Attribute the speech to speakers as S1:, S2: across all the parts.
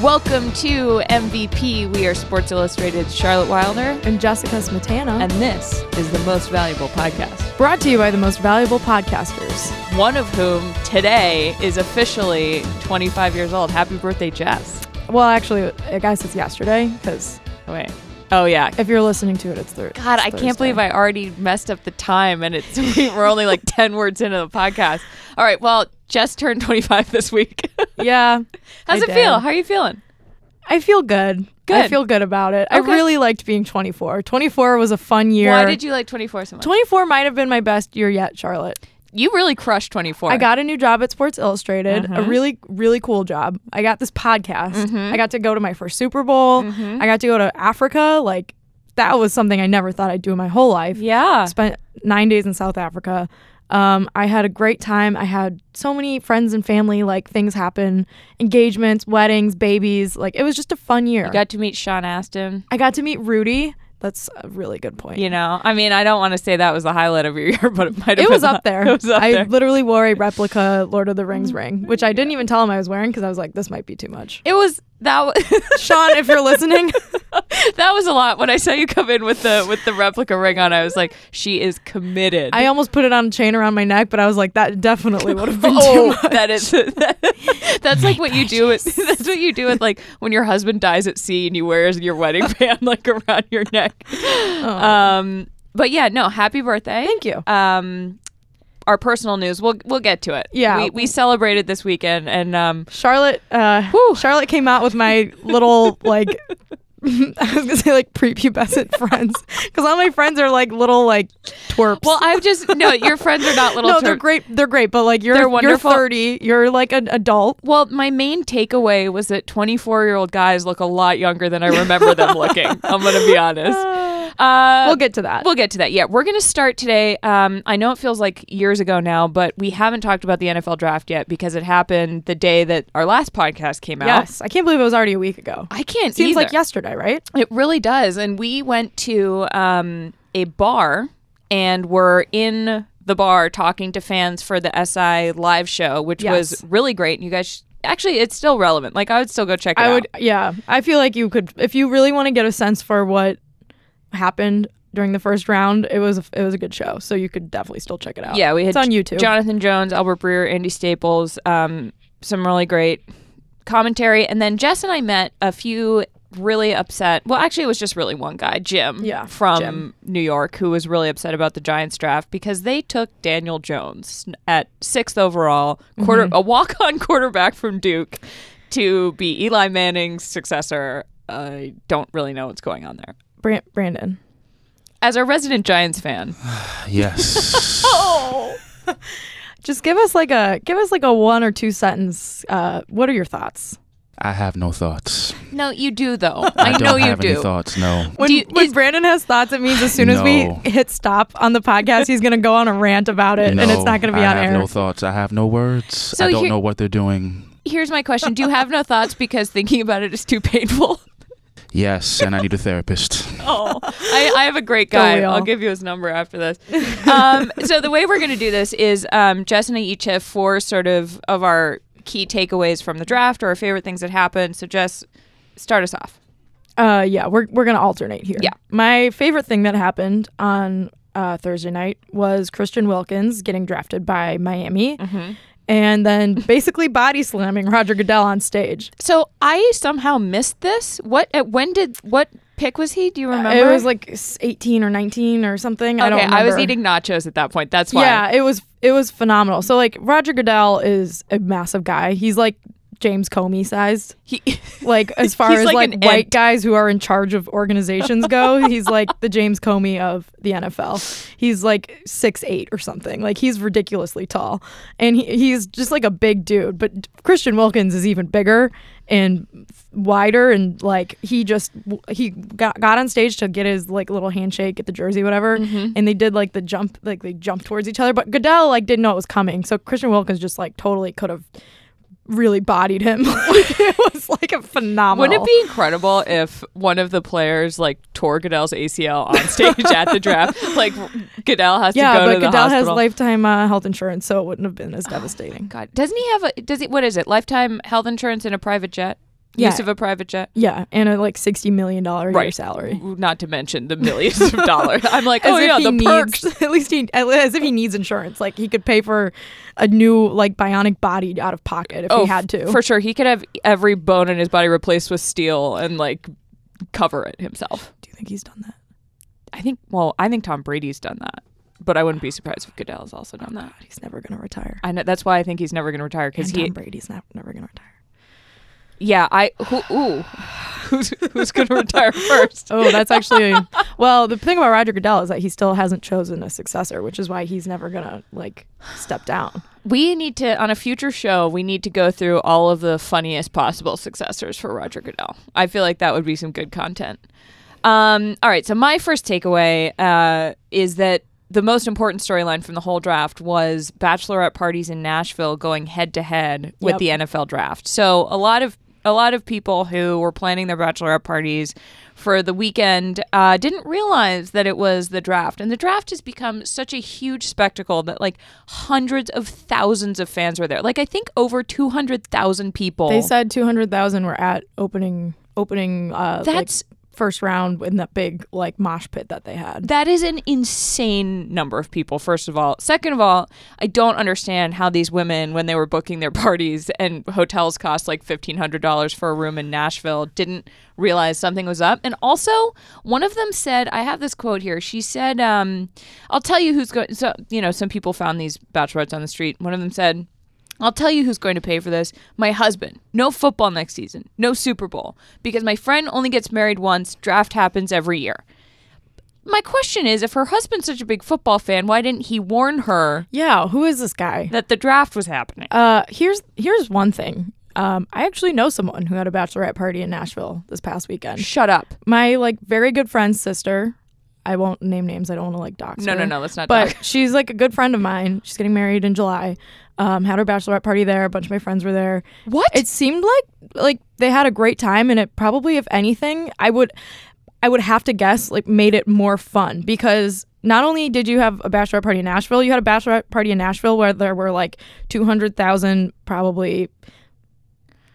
S1: Welcome to MVP. We are Sports Illustrated's Charlotte Wilder,
S2: and Jessica Smetana.
S1: and this is the most valuable podcast.
S2: brought to you by the most valuable podcasters.
S1: One of whom today is officially 25 years old. Happy birthday, Jess.
S2: Well, actually, I guess it's yesterday because
S1: Oh, wait. Oh, yeah.
S2: if you're listening to it, it's Thursday.
S1: God, I can't believe I already messed up the time, and it's we're only like 10 words into the podcast. All right. Well, Jess turned 25 this week.
S2: Yeah.
S1: How's
S2: I
S1: it feel?
S2: did.
S1: How are you feeling?
S2: I feel good.
S1: Good.
S2: I feel good about it. I
S1: Okay.
S2: really liked being 24. 24 was a fun year.
S1: Why did you like 24 so much?
S2: 24 might have been my best year yet, Charlotte.
S1: you really crushed 24.
S2: I got a new job at Sports Illustrated,
S1: Uh-huh.
S2: a really, really cool job. I got this podcast.
S1: Mm-hmm.
S2: I got to go to my first Super Bowl. I got to go to Africa. Like, that was something I never thought I'd do in my whole life.
S1: Yeah.
S2: spent nine days in South Africa. Um, I had a great time. I had so many friends and family, like things happen, engagements, weddings, babies. Like it was just a fun year.
S1: Got to meet Sean Astin.
S2: I got to meet Rudy. That's a really good point.
S1: You know, I mean, I don't want to say that was the highlight of your year, but it might have
S2: It was
S1: been
S2: up
S1: the-
S2: there.
S1: It was up
S2: I
S1: there.
S2: literally wore a replica Lord of the Rings ring, which I didn't even tell him I was wearing because I was like, this might be too much.
S1: It was that. Was,
S2: Sean, if you're listening,
S1: that was a lot. When I saw you come in with the with the replica ring on, I was like, she is committed.
S2: I almost put it on a chain around my neck, but I was like, that definitely would have been too
S1: Oh,
S2: much.
S1: that is that's like what you do with that's what you do with like when your husband dies at sea and you wear your wedding band like around your neck. Um, but yeah, no, happy birthday.
S2: Thank you.
S1: Um, our personal news. We'll we'll get to it.
S2: Yeah.
S1: we, we celebrated this weekend and um,
S2: Charlotte, uh, Charlotte came out with my little like, I was gonna say like prepubescent friends, because all my friends are like little like twerps.
S1: Well, I've just no. Your friends are not little.
S2: no,
S1: twerp-
S2: they're great. They're great, but like you're
S1: They're
S2: you're
S1: wonderful.
S2: thirty. You're like an adult.
S1: Well, my main takeaway was that 24 year old guys look a lot younger than I remember them looking. I'm going to be honest. Uh,
S2: We'll get to that.
S1: We'll get to that. Yeah, we're going to start today. Um, I know it feels like years ago now, but we haven't talked about the NFL draft yet because it happened the day that our last podcast came out.
S2: yes, I can't believe it was already a week ago.
S1: I can't
S2: Seems
S1: either.
S2: like yesterday, right?
S1: It really does. And we went to um, a bar and were in the bar talking to fans for the SI live show, which was
S2: Yes.
S1: really great. And you guys, sh- actually, it's still relevant. Like, I would still go check it
S2: I
S1: out.
S2: would. Yeah, I feel like you could if you really want to get a sense for what happened during the first round. It was it was a good show, so you could definitely still check it out.
S1: Yeah, we had
S2: it's on
S1: J-
S2: YouTube.
S1: Jonathan Jones, Albert Breer, Andy Staples, um, some really great commentary. And then Jess and I met a few really upset. Well, actually, it was just really one guy, Jim,
S2: Yeah,
S1: from
S2: Jim.
S1: New York, who was really upset about the Giants draft because they took Daniel Jones at sixth overall, quarter
S2: Mm-hmm.
S1: a walk on quarterback from Duke to be Eli Manning's successor. I don't really know what's going on there.
S2: Bran- Brandon.
S1: As a resident Giants fan,
S3: Yes.
S2: Just give us like a give us like a one or two sentence. Uh, what are your thoughts?
S3: I have no thoughts.
S1: no, you do though.
S3: I,
S1: I,
S3: don't
S1: know you
S3: have any
S1: do.
S3: thoughts, no.
S2: When,
S1: Do you-
S2: when
S1: is-
S2: Brandon has thoughts, it means as soon as we
S3: No.
S2: hit stop on the podcast, he's gonna go on a rant about it, and it's
S3: No,
S2: not gonna be
S3: I
S2: on
S3: have
S2: air.
S3: no thoughts. I have no words. I don't
S1: here-
S3: know what they're doing.
S1: here's my question do you have no thoughts because thinking about it is too painful
S3: Yes, and I need a therapist.
S1: oh I, I have a great
S2: Don't
S1: guy
S2: we all?
S1: i'll give you his number after this um, so the way we're going to do this is um, jess and i each have four sort of of our key takeaways from the draft or our favorite things that happened so jess start us off
S2: Uh, yeah, we're we're gonna alternate here.
S1: Yeah.
S2: My favorite thing that happened on uh, Thursday night was Christian Wilkins getting drafted by Miami,
S1: Mm-hmm.
S2: and then basically body slamming Roger Goodell on stage.
S1: so i somehow missed this what at when did what pick Uh, was he do you remember
S2: It was like s- eighteen or nineteen or something. I
S1: okay
S2: don't. Remember.
S1: was eating nachos at that point that's why
S2: Yeah, it was it was phenomenal. So like Roger Goodell is a massive guy. He's like James Comey sized.
S1: he,
S2: Like as far
S1: He's
S2: as
S1: like
S2: like,
S1: an
S2: white
S1: ant.
S2: guys who are in charge of organizations go, he's like the James Comey of the NFL. He's like six eight or something. Like he's ridiculously tall, and he, he's just like a big dude. But Christian Wilkins is even bigger and wider and like he just he got got on stage to get his like little handshake at the jersey whatever
S1: Mm-hmm.
S2: and they did like the jump like they jumped towards each other but Goodell like didn't know it was coming so Christian Wilkins just like totally could have really bodied him it was like oh. a phenomenal
S1: Wouldn't it be incredible if one of the players like tore Goodell's ACL on stage at the draft? Like Goodell has
S2: yeah
S1: to go
S2: but
S1: to the
S2: Goodell has
S1: hospital.
S2: lifetime uh, health insurance Oh, so it wouldn't have been as devastating
S1: God, doesn't he have a? Does he? What is it? Lifetime health insurance and a private jet?
S2: Yeah.
S1: use of a private jet.
S2: Yeah, and a like sixty million dollar year
S1: Right.
S2: salary.
S1: Not to mention the millions of dollars. I'm like,
S2: As
S1: oh
S2: if
S1: yeah,
S2: he
S1: the
S2: needs,
S1: perks.
S2: At least he, as if he needs insurance. Like he could pay for a new like bionic body out of pocket if
S1: oh,
S2: he had to.
S1: for sure. He could have every bone in his body replaced with steel and like cover it himself.
S2: Do you think he's done that?
S1: I think. Well, I think Tom Brady's done that, but I wouldn't be surprised if Goodell's also done that.
S2: He's never gonna retire.
S1: I know that's why I think he's never going to retire because
S2: And
S1: he.
S2: Tom Brady's not never gonna retire.
S1: Yeah, I. Who, ooh, who's who's going to retire first?
S2: Oh, that's actually well. The thing about Roger Goodell is that he still hasn't chosen a successor, which is why he's never gonna like step down.
S1: We need to on a future show. We need to go through all of the funniest possible successors for Roger Goodell. I feel like that would be some good content. Um, all right, so my first takeaway uh, is that the most important storyline from the whole draft was bachelorette parties in Nashville going head to head with
S2: Yep.
S1: the NFL draft. So a lot of a lot of people who were planning their bachelorette parties for the weekend uh, didn't realize that it was the draft, and the draft has become such a huge spectacle that like hundreds of thousands of fans were there. Like I think over two hundred thousand people.
S2: They said two hundred thousand were at opening opening. Uh,
S1: That's-
S2: like, first round in that big like mosh pit that they had.
S1: That is an insane number of people, first of all. Second of all, I don't understand how these women, when they were booking their parties and hotels cost like $1,500 for a room in Nashville, didn't realize something was up. And also, one of them said, I have this quote here. She said, um, I'll tell you who's going. So, you know, some people found these bachelorettes on the street. One of them said, I'll tell you who's going to pay for this. My husband. No football next season. No Super Bowl. Because my friend only gets married once. Draft happens every year. My question is if her husband's such a big football fan, why didn't he warn her
S2: Yeah, who is this guy?
S1: that the draft was happening?
S2: Uh, here's here's one thing. Um, I actually know someone who had a bachelorette party in Nashville this past weekend.
S1: Shut up.
S2: My like very good friend's sister. I won't name names. I don't want to like dox.
S1: No,
S2: her.
S1: no, no, let's not
S2: But
S1: dox.
S2: she's like a good friend of mine. She's getting married in July. Um, had her bachelorette party there. A bunch of my friends were there.
S1: What?
S2: It seemed like like they had a great time, and it probably, if anything, I would I would have to guess like made it more fun because not only did you have a bachelorette party in Nashville, you had a bachelorette party in Nashville where there were like two hundred thousand probably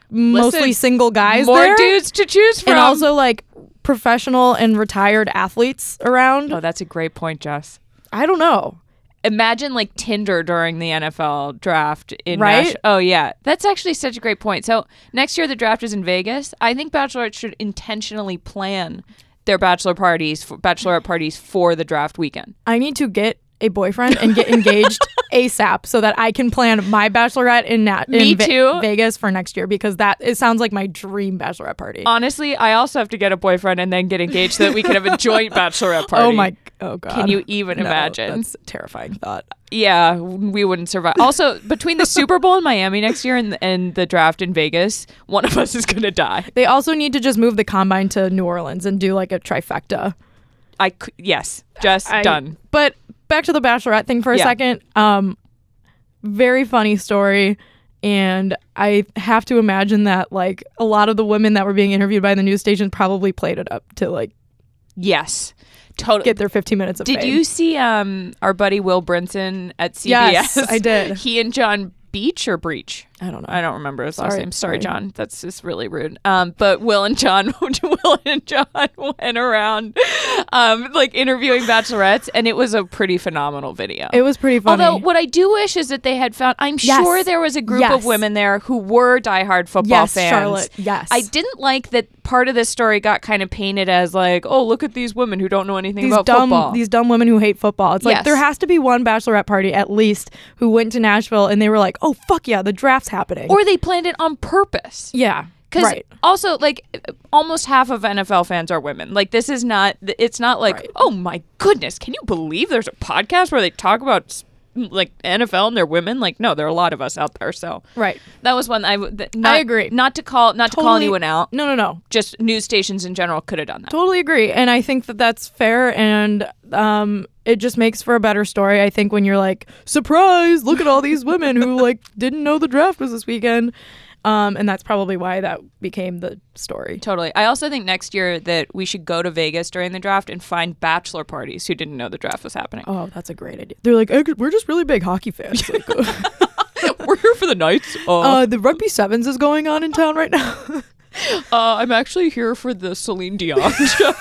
S2: mostly single guys
S1: More
S2: there,
S1: dudes to choose from.
S2: and also like professional and retired athletes around.
S1: oh, that's a great point, Jess.
S2: I don't know.
S1: Imagine like Tinder during the NFL draft in
S2: Right?
S1: Nash- Oh yeah, that's actually such a great point. So next year the draft is in Vegas. I think bachelorettes should intentionally plan their bachelor parties, for, bachelorette parties for the draft weekend.
S2: I need to get a boyfriend and get engaged ASAP so that I can plan my bachelorette in, Na- in
S1: Me
S2: Ve-
S1: too.
S2: Vegas for next year because that it sounds like my dream bachelorette party.
S1: Honestly, I also have to get a boyfriend and then get engaged so that we can have a joint bachelorette party.
S2: oh my oh god.
S1: Can you even
S2: No,
S1: imagine?
S2: That's a terrifying thought.
S1: Yeah, we wouldn't survive. Also, between the Super Bowl in Miami next year and and the draft in Vegas, one of us is gonna die.
S2: They also need to just move the combine to New Orleans and do like a trifecta.
S1: I c- yes, just
S2: I-
S1: done.
S2: But back to the bachelorette thing for a
S1: Yeah.
S2: second. Um very funny story and I have to imagine that like a lot of the women that were being interviewed by the news station probably played it up to like
S1: Yes, totally.
S2: get their 15 minutes of
S1: did
S2: fame.
S1: you see um our buddy Will Brinson at CBS?
S2: Yes, I did.
S1: He and John Beach or Breach.
S2: I don't know.
S1: I don't remember his last
S2: Sorry,
S1: name. Sorry,
S2: sorry.
S1: John. That's just really rude. Um, but Will and John, Will and John went around, um, like interviewing bachelorettes, and it was a pretty phenomenal video.
S2: It was pretty funny.
S1: Although what I do wish is that they had found. I'm
S2: Yes.
S1: sure there was a group of
S2: Yes.
S1: women there who were diehard football
S2: yes,
S1: fans.
S2: Charlotte. Yes,
S1: I didn't like that part of this story got kind of painted as like, oh, look at these women who don't know anything
S2: These
S1: about
S2: dumb,
S1: football.
S2: these dumb women who hate football. It's like
S1: Yes.
S2: there has to be one bachelorette party at least who went to Nashville and they were like, "Oh fuck yeah, the draft's happening."
S1: or they planned it on purpose.
S2: yeah,
S1: Because
S2: right.
S1: also, like, almost half of NFL fans are women. Like, this is not, it's not like,
S2: Right.
S1: oh my goodness, can you believe there's a podcast where they talk about, like, NFL and they're women? Like, no, there are a lot of us out there. So,
S2: Right.
S1: That was one I, w- that not,
S2: agree.
S1: Not to call, not to call
S2: Totally-
S1: anyone out.
S2: No, no, no.
S1: Just news stations in general could have done that.
S2: Totally agree, and I think that that's fair, and um, it just makes for a better story. I think when you're like, "Surprise! Look at all these women who like didn't know the draft was this weekend," um, and that's probably why that became the story.
S1: Totally. I also think next year that we should go to Vegas during the draft and find bachelor parties who didn't know the draft was happening.
S2: Oh, that's a great idea. They're like, "Ac- we're just really big hockey fans. Like,
S1: We're here for the nights. Oh.
S2: uh, the rugby sevens is going on in town right now.
S1: Uh, I'm actually here for the Celine Dion show.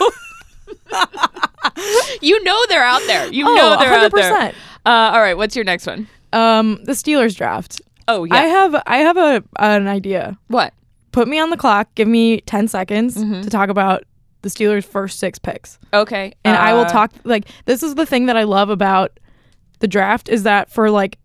S1: you know they're out there. You know they're out there.
S2: 100%.
S1: Uh, all right, what's your next one?
S2: Um, the Steelers draft.
S1: Oh yeah.
S2: I have I have a an idea.
S1: what?
S2: Put me on the clock. Give me ten seconds
S1: Mm-hmm.
S2: to talk about the Steelers' first six picks,
S1: Okay.
S2: and I will
S1: uh,
S2: talk. Like this is the thing that I love about the draft is that for like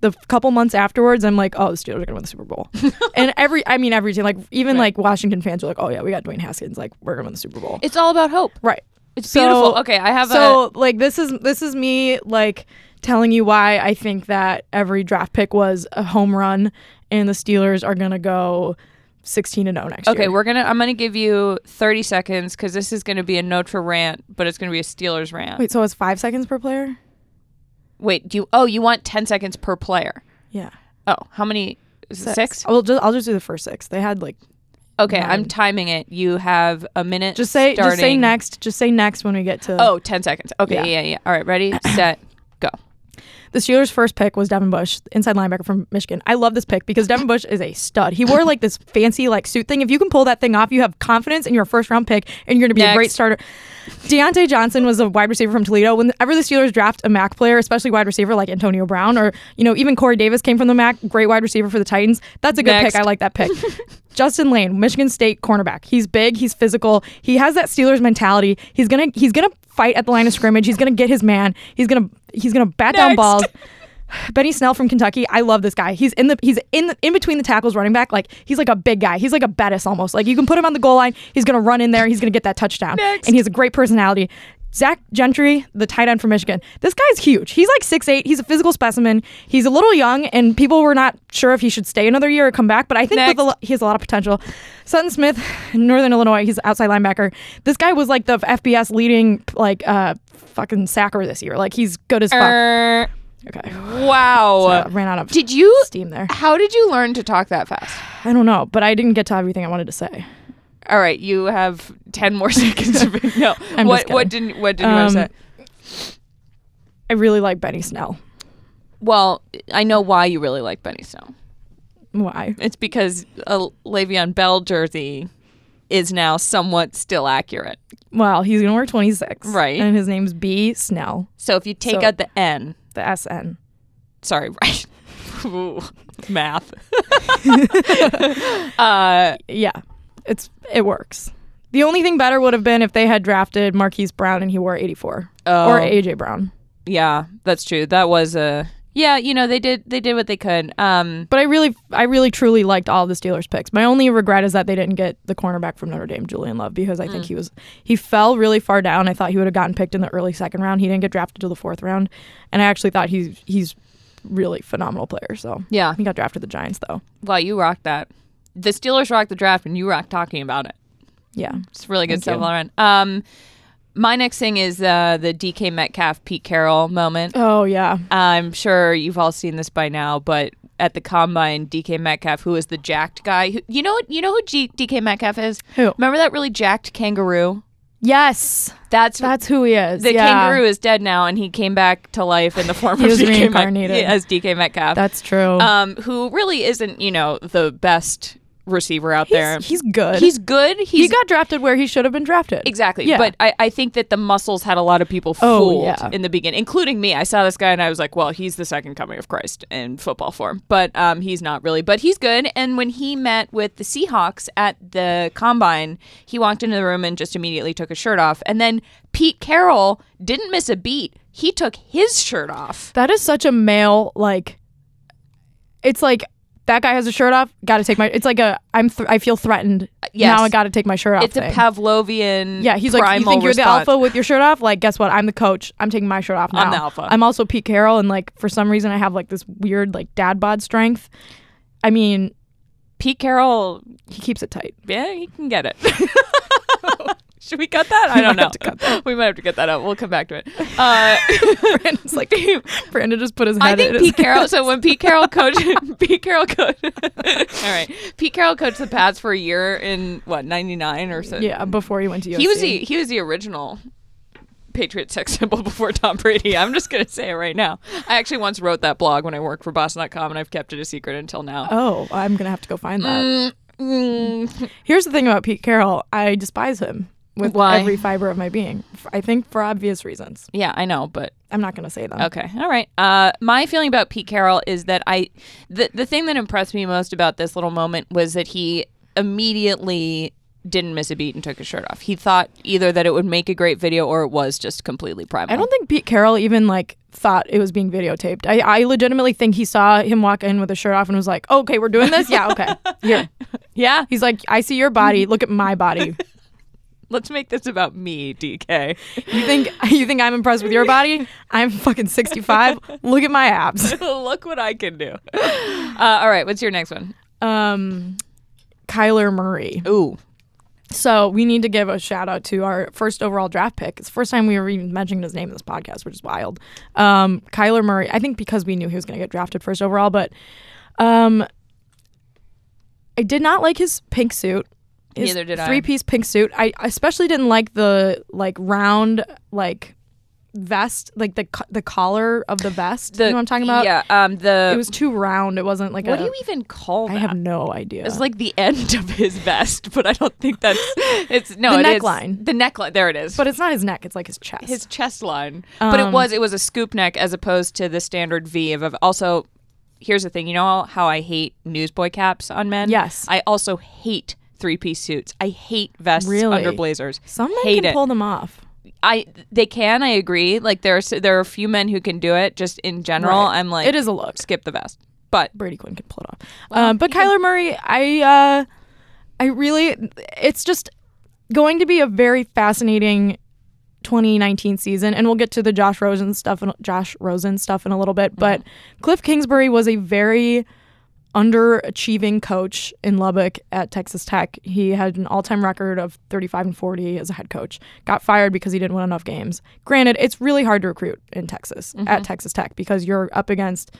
S2: the f- couple months afterwards, I'm like, oh, the Steelers are gonna win the Super Bowl, and every I mean every team, like even like Washington fans are like, oh yeah, we got Dwayne Haskins, like we're gonna win the Super Bowl,
S1: It's all about hope.
S2: right?
S1: It's
S2: So-
S1: beautiful. Okay, I have a
S2: so like this is this is me like telling you why I think that every draft pick was a home run and the Steelers are gonna go sixteen and zero next
S1: Okay,
S2: year.
S1: we're gonna. I'm gonna give you 30 seconds because this is gonna be a Notre rant, but it's gonna be a Steelers rant. Wait,
S2: Wait, so it's five seconds per player?
S1: do you? Oh, you want 10 seconds per player?
S2: Yeah,
S1: Oh, how many? Is it six?
S2: I'll just I'll just do the first six. They had like
S1: Okay, i I'm
S2: Nine.
S1: timing it. You have a minute.
S2: just say just say
S1: starting-
S2: next. Just say next when we get to.
S1: Oh, 10 seconds. Okay, yeah,
S2: Yeah.
S1: yeah. yeah. All right, ready, set, go.
S2: The Steelers' first pick was Devin Bush, inside linebacker from Michigan. I love this pick because Devin Bush is a stud. He wore like this fancy like suit thing. If you can pull that thing off, you have confidence in your first round pick, and you're going to be
S1: Next.
S2: a great starter. Deontay Johnson was a wide receiver from Toledo. Whenever the Steelers draft a MAC player, especially wide receiver like Antonio Brown or you know even Corey Davis came from the MAC, great wide receiver for the Titans. That's a good
S1: Next.
S2: pick. I like that pick. Justin Lane, Michigan State cornerback. He's big. He's physical. He has that Steelers mentality. He's gonna he's gonna fight at the line of scrimmage. He's gonna get his man. He's gonna he's gonna bat down
S1: Next.
S2: balls. Benny Snell from Kentucky. I love this guy. He's in the he's in the, in between the tackles running back. Like he's like a big guy. He's like a Bettis almost. Like you can put him on the goal line. He's gonna run in there. He's gonna get that touchdown.
S1: Next.
S2: And he has a great personality. Zach Gentry, the tight end from Michigan. This guy's huge. He's like 6'8. He's a physical specimen. He's a little young, and people were not sure if he should stay another year or come back, but I think with a
S1: Next.
S2: lo- he has a lot of potential. Sutton Smith, Northern Illinois, he's an outside linebacker. This guy was like the FBS leading, like, uh, fucking sacker this year. Like, he's good as fuck.
S1: Er,
S2: okay.
S1: wow.
S2: Uh, ran out of
S1: Did you?
S2: steam there.
S1: How did you learn to talk that fast?
S2: I don't know, but I didn't get to everything I wanted to say.
S1: All right, you have 10 more seconds. to be- no,
S2: I'm
S1: what
S2: just
S1: what didn't what didn't you
S2: Um,
S1: want to say?
S2: I really like Benny Snell.
S1: Well, I know why you really like Benny Snow.
S2: Why?
S1: It's because a Le'Veon Bell jersey is now somewhat still accurate.
S2: Well, he's gonna wear 26,
S1: Right.
S2: And his name's B Snell,
S1: So if you take
S2: So-
S1: out the N,
S2: the SN.
S1: sorry, right? Ooh, math. uh,
S2: Yeah, it's it works. The only thing better would have been if they had drafted Marquise Brown and he wore 84
S1: Oh.
S2: or AJ Brown.
S1: yeah, that's true. That was a yeah. You know they did they did what they could. Um,
S2: But I really, I really, truly liked all the Steelers picks. My only regret is that they didn't get the cornerback from Notre Dame, Julian Love, because I think he was he fell really far down. I thought he would have gotten picked in the early second round. He didn't get drafted till the fourth round, and I actually thought he's he's really phenomenal player. So
S1: yeah.
S2: he got drafted to the Giants though.
S1: Wow, you rocked that. The Steelers rocked the draft, and you rocked talking about it.
S2: Yeah,
S1: It's really good
S2: Thank
S1: stuff
S2: you.
S1: all around. Um, my next thing is uh, the DK Metcalf Pete Carroll moment.
S2: Oh yeah,
S1: I'm sure you've all seen this by now, but at the combine, DK Metcalf, who is the jacked guy, who, you know what? You know who G- DK Metcalf is?
S2: Who?
S1: Remember that really jacked kangaroo?
S2: yes,
S1: That's
S2: that's who he is.
S1: the
S2: Yeah.
S1: kangaroo is dead now, and he came back to life in the form
S2: He
S1: of
S2: was
S1: DK Met-
S2: reincarnated.
S1: as DK Metcalf,
S2: That's true.
S1: um, who really isn't you know the best receiver out there.
S2: he's, he's good.
S1: He's good. He's
S2: he got drafted where he should have been drafted.
S1: Exactly.
S2: Yeah.
S1: But I, I think that the muscles had a lot of people
S2: Oh,
S1: fooled
S2: yeah.
S1: in the beginning, including me. I saw this guy and I was like, well, he's the second coming of Christ in football form. But um, he's not really. But he's good. And when he met with the Seahawks at the combine, he walked into the room and just immediately took his shirt off. And then Pete Carroll didn't miss a beat. He took his shirt off.
S2: That is such a male like. It's like that guy has a shirt off. Got to take my. It's like a. I'm. Th- I feel threatened.
S1: yes.
S2: Now I got to take my shirt off.
S1: It's a
S2: thing.
S1: Pavlovian.
S2: Yeah, he's like, you
S1: primal
S2: think you're
S1: response.
S2: the alpha with your shirt off? Like, guess what? I'm the coach. I'm taking my shirt off now.
S1: I'm the alpha.
S2: I'm also Pete Carroll, and like for some reason, I have like this weird like dad bod strength. I mean,
S1: Pete Carroll,
S2: he keeps it tight.
S1: yeah, he can get it. Should we cut that? I don't
S2: might
S1: know.
S2: have to
S1: We might have to get that out. We'll come back to it. Uh,
S2: Brandon's like, Brandon just put his head.
S1: I
S2: in
S1: think
S2: his-
S1: Pete Carroll. So when Pete Carroll coached, Pete Carroll coached. all right, Pete Carroll coached the Pats for a year in what '99 or so.
S2: Yeah, before he went to USC.
S1: he was the he was the original Patriot sex symbol before Tom Brady. I'm just gonna say it right now. I actually once wrote that blog when I worked for Boston.com, and I've kept it a secret until now.
S2: Oh, I'm gonna have to go find that.
S1: Mm, Mm,
S2: Here's the thing about Pete Carroll. I despise him with
S1: Why?
S2: every fiber of my being. F- I think for obvious reasons.
S1: yeah, I know, but
S2: I'm not going to say them.
S1: Okay. All right. Uh, my feeling about Pete Carroll is that I, the, the thing that impressed me most about this little moment was that he immediately didn't miss a beat and took his shirt off. He thought either that it would make a great video or it was just completely private.
S2: I don't think Pete Carroll even like thought it was being videotaped. I, I legitimately think he saw him walk in with his shirt off and was like, "Okay, we're doing this. Yeah, okay. Here."
S1: Yeah.
S2: He's like, "I see your body. Look at my body.
S1: Let's make this about me, DK.
S2: You think you think I'm impressed with your body? I'm fucking 65. Look at my abs."
S1: Look what I can do. Uh, all right. What's your next one?
S2: Um Kyler Murray.
S1: Ooh.
S2: So we need to give a shout out to our first overall draft pick. It's the first time we were even mentioning his name in this podcast, which is wild. Um, Kyler Murray, I think because we knew he was going to get drafted first overall, but um, I did not like his pink suit. His
S1: Neither did I.
S2: three piece pink suit. I especially didn't like the like round like vest, like the co- the collar of the vest. you know what I'm talking about?
S1: Yeah. Um, the.
S2: It was too round. It wasn't like
S1: what
S2: a.
S1: do you even call
S2: I
S1: that?
S2: have no idea.
S1: It's like the end of his vest, but I don't think that's it's no
S2: The
S1: it is-
S2: neckline.
S1: The neckline, there it is.
S2: but it's not his neck. It's like his chest.
S1: his chest line. but it
S2: Um,
S1: was it was a scoop neck as opposed to the standard V of, of also here's the thing, you know how I hate newsboy caps on men?
S2: Yes.
S1: I also hate three piece suits. I hate vests
S2: Really?
S1: under blazers.
S2: Some men
S1: hate
S2: can
S1: it.
S2: pull them off.
S1: I they can, I agree. Like there are s- there are a few men who can do it just in general.
S2: Right.
S1: I'm like
S2: it is a look.
S1: skip the vest. But
S2: Brady Quinn can pull it off. um, but Kyler Murray, I, uh, I really, it's just going to be a very fascinating 2019 season, and we'll get to the Josh Rosen stuff and Josh Rosen stuff in a little bit. But Cliff Kingsbury was a very underachieving coach in Lubbock at Texas Tech. He had an all-time record of 35 and 40 as a head coach. Got fired because he didn't win enough games. Granted, it's really hard to recruit in Texas at Texas Tech because you're up against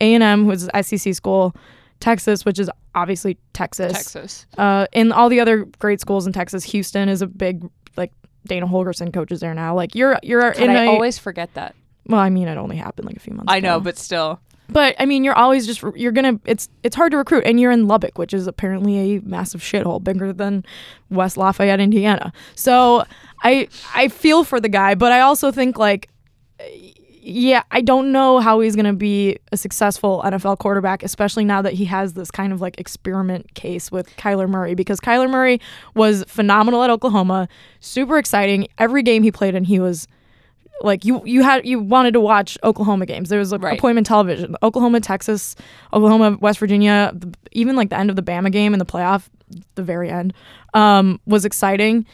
S2: A&M, who's an SEC school, Texas, which is obviously Texas,
S1: Texas.
S2: uh, and all the other great schools in Texas. Houston is a big like Dana Holgerson coaches there now. Like you're you're
S1: And
S2: in
S1: I
S2: a
S1: always forget that.
S2: well, I mean, it only happened like a few months.
S1: I know,
S2: ago.
S1: but still.
S2: But I mean, you're always just you're gonna. It's it's hard to recruit, and you're in Lubbock, which is apparently a massive shithole, bigger than West Lafayette, Indiana. So I I feel for the guy, but I also think like, yeah, I don't know how he's gonna be a successful NFL quarterback, especially now that he has this kind of like experiment case with Kyler Murray, because Kyler Murray was phenomenal at Oklahoma, super exciting. Every game he played in, he was like you you had you wanted to watch Oklahoma games. There was like
S1: Right.
S2: appointment television. Oklahoma, Texas, Oklahoma, West Virginia, the, even like the end of the Bama game in the playoff, the very end, um, was exciting.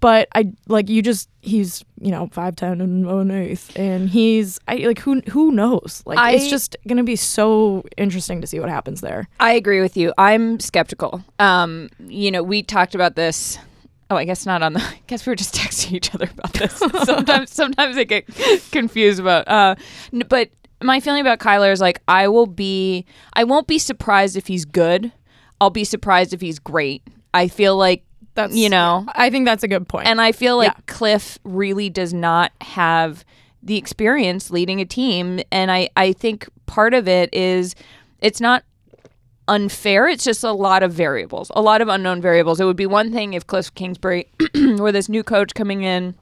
S2: But I like you just he's you know five ten and an eighth, and he's I like who who knows like
S1: I-
S2: it's just gonna be so interesting to see what happens there.
S1: I agree with you. I'm skeptical. Um, you know, we talked about this. Oh, I guess not on the. I guess we were just texting each other about this. sometimes, sometimes I get confused about. Uh, n- but my feeling about Kyler is like I will be. I won't be surprised if he's good. I'll be surprised if he's great. I feel like
S2: That's
S1: you know.
S2: I think that's a good point.
S1: And I feel like
S2: Yeah.
S1: Cliff really does not have the experience leading a team. And I, I think part of it is it's not unfair. It's just a lot of variables, a lot of unknown variables. It would be one thing if Cliff Kingsbury were this new coach coming in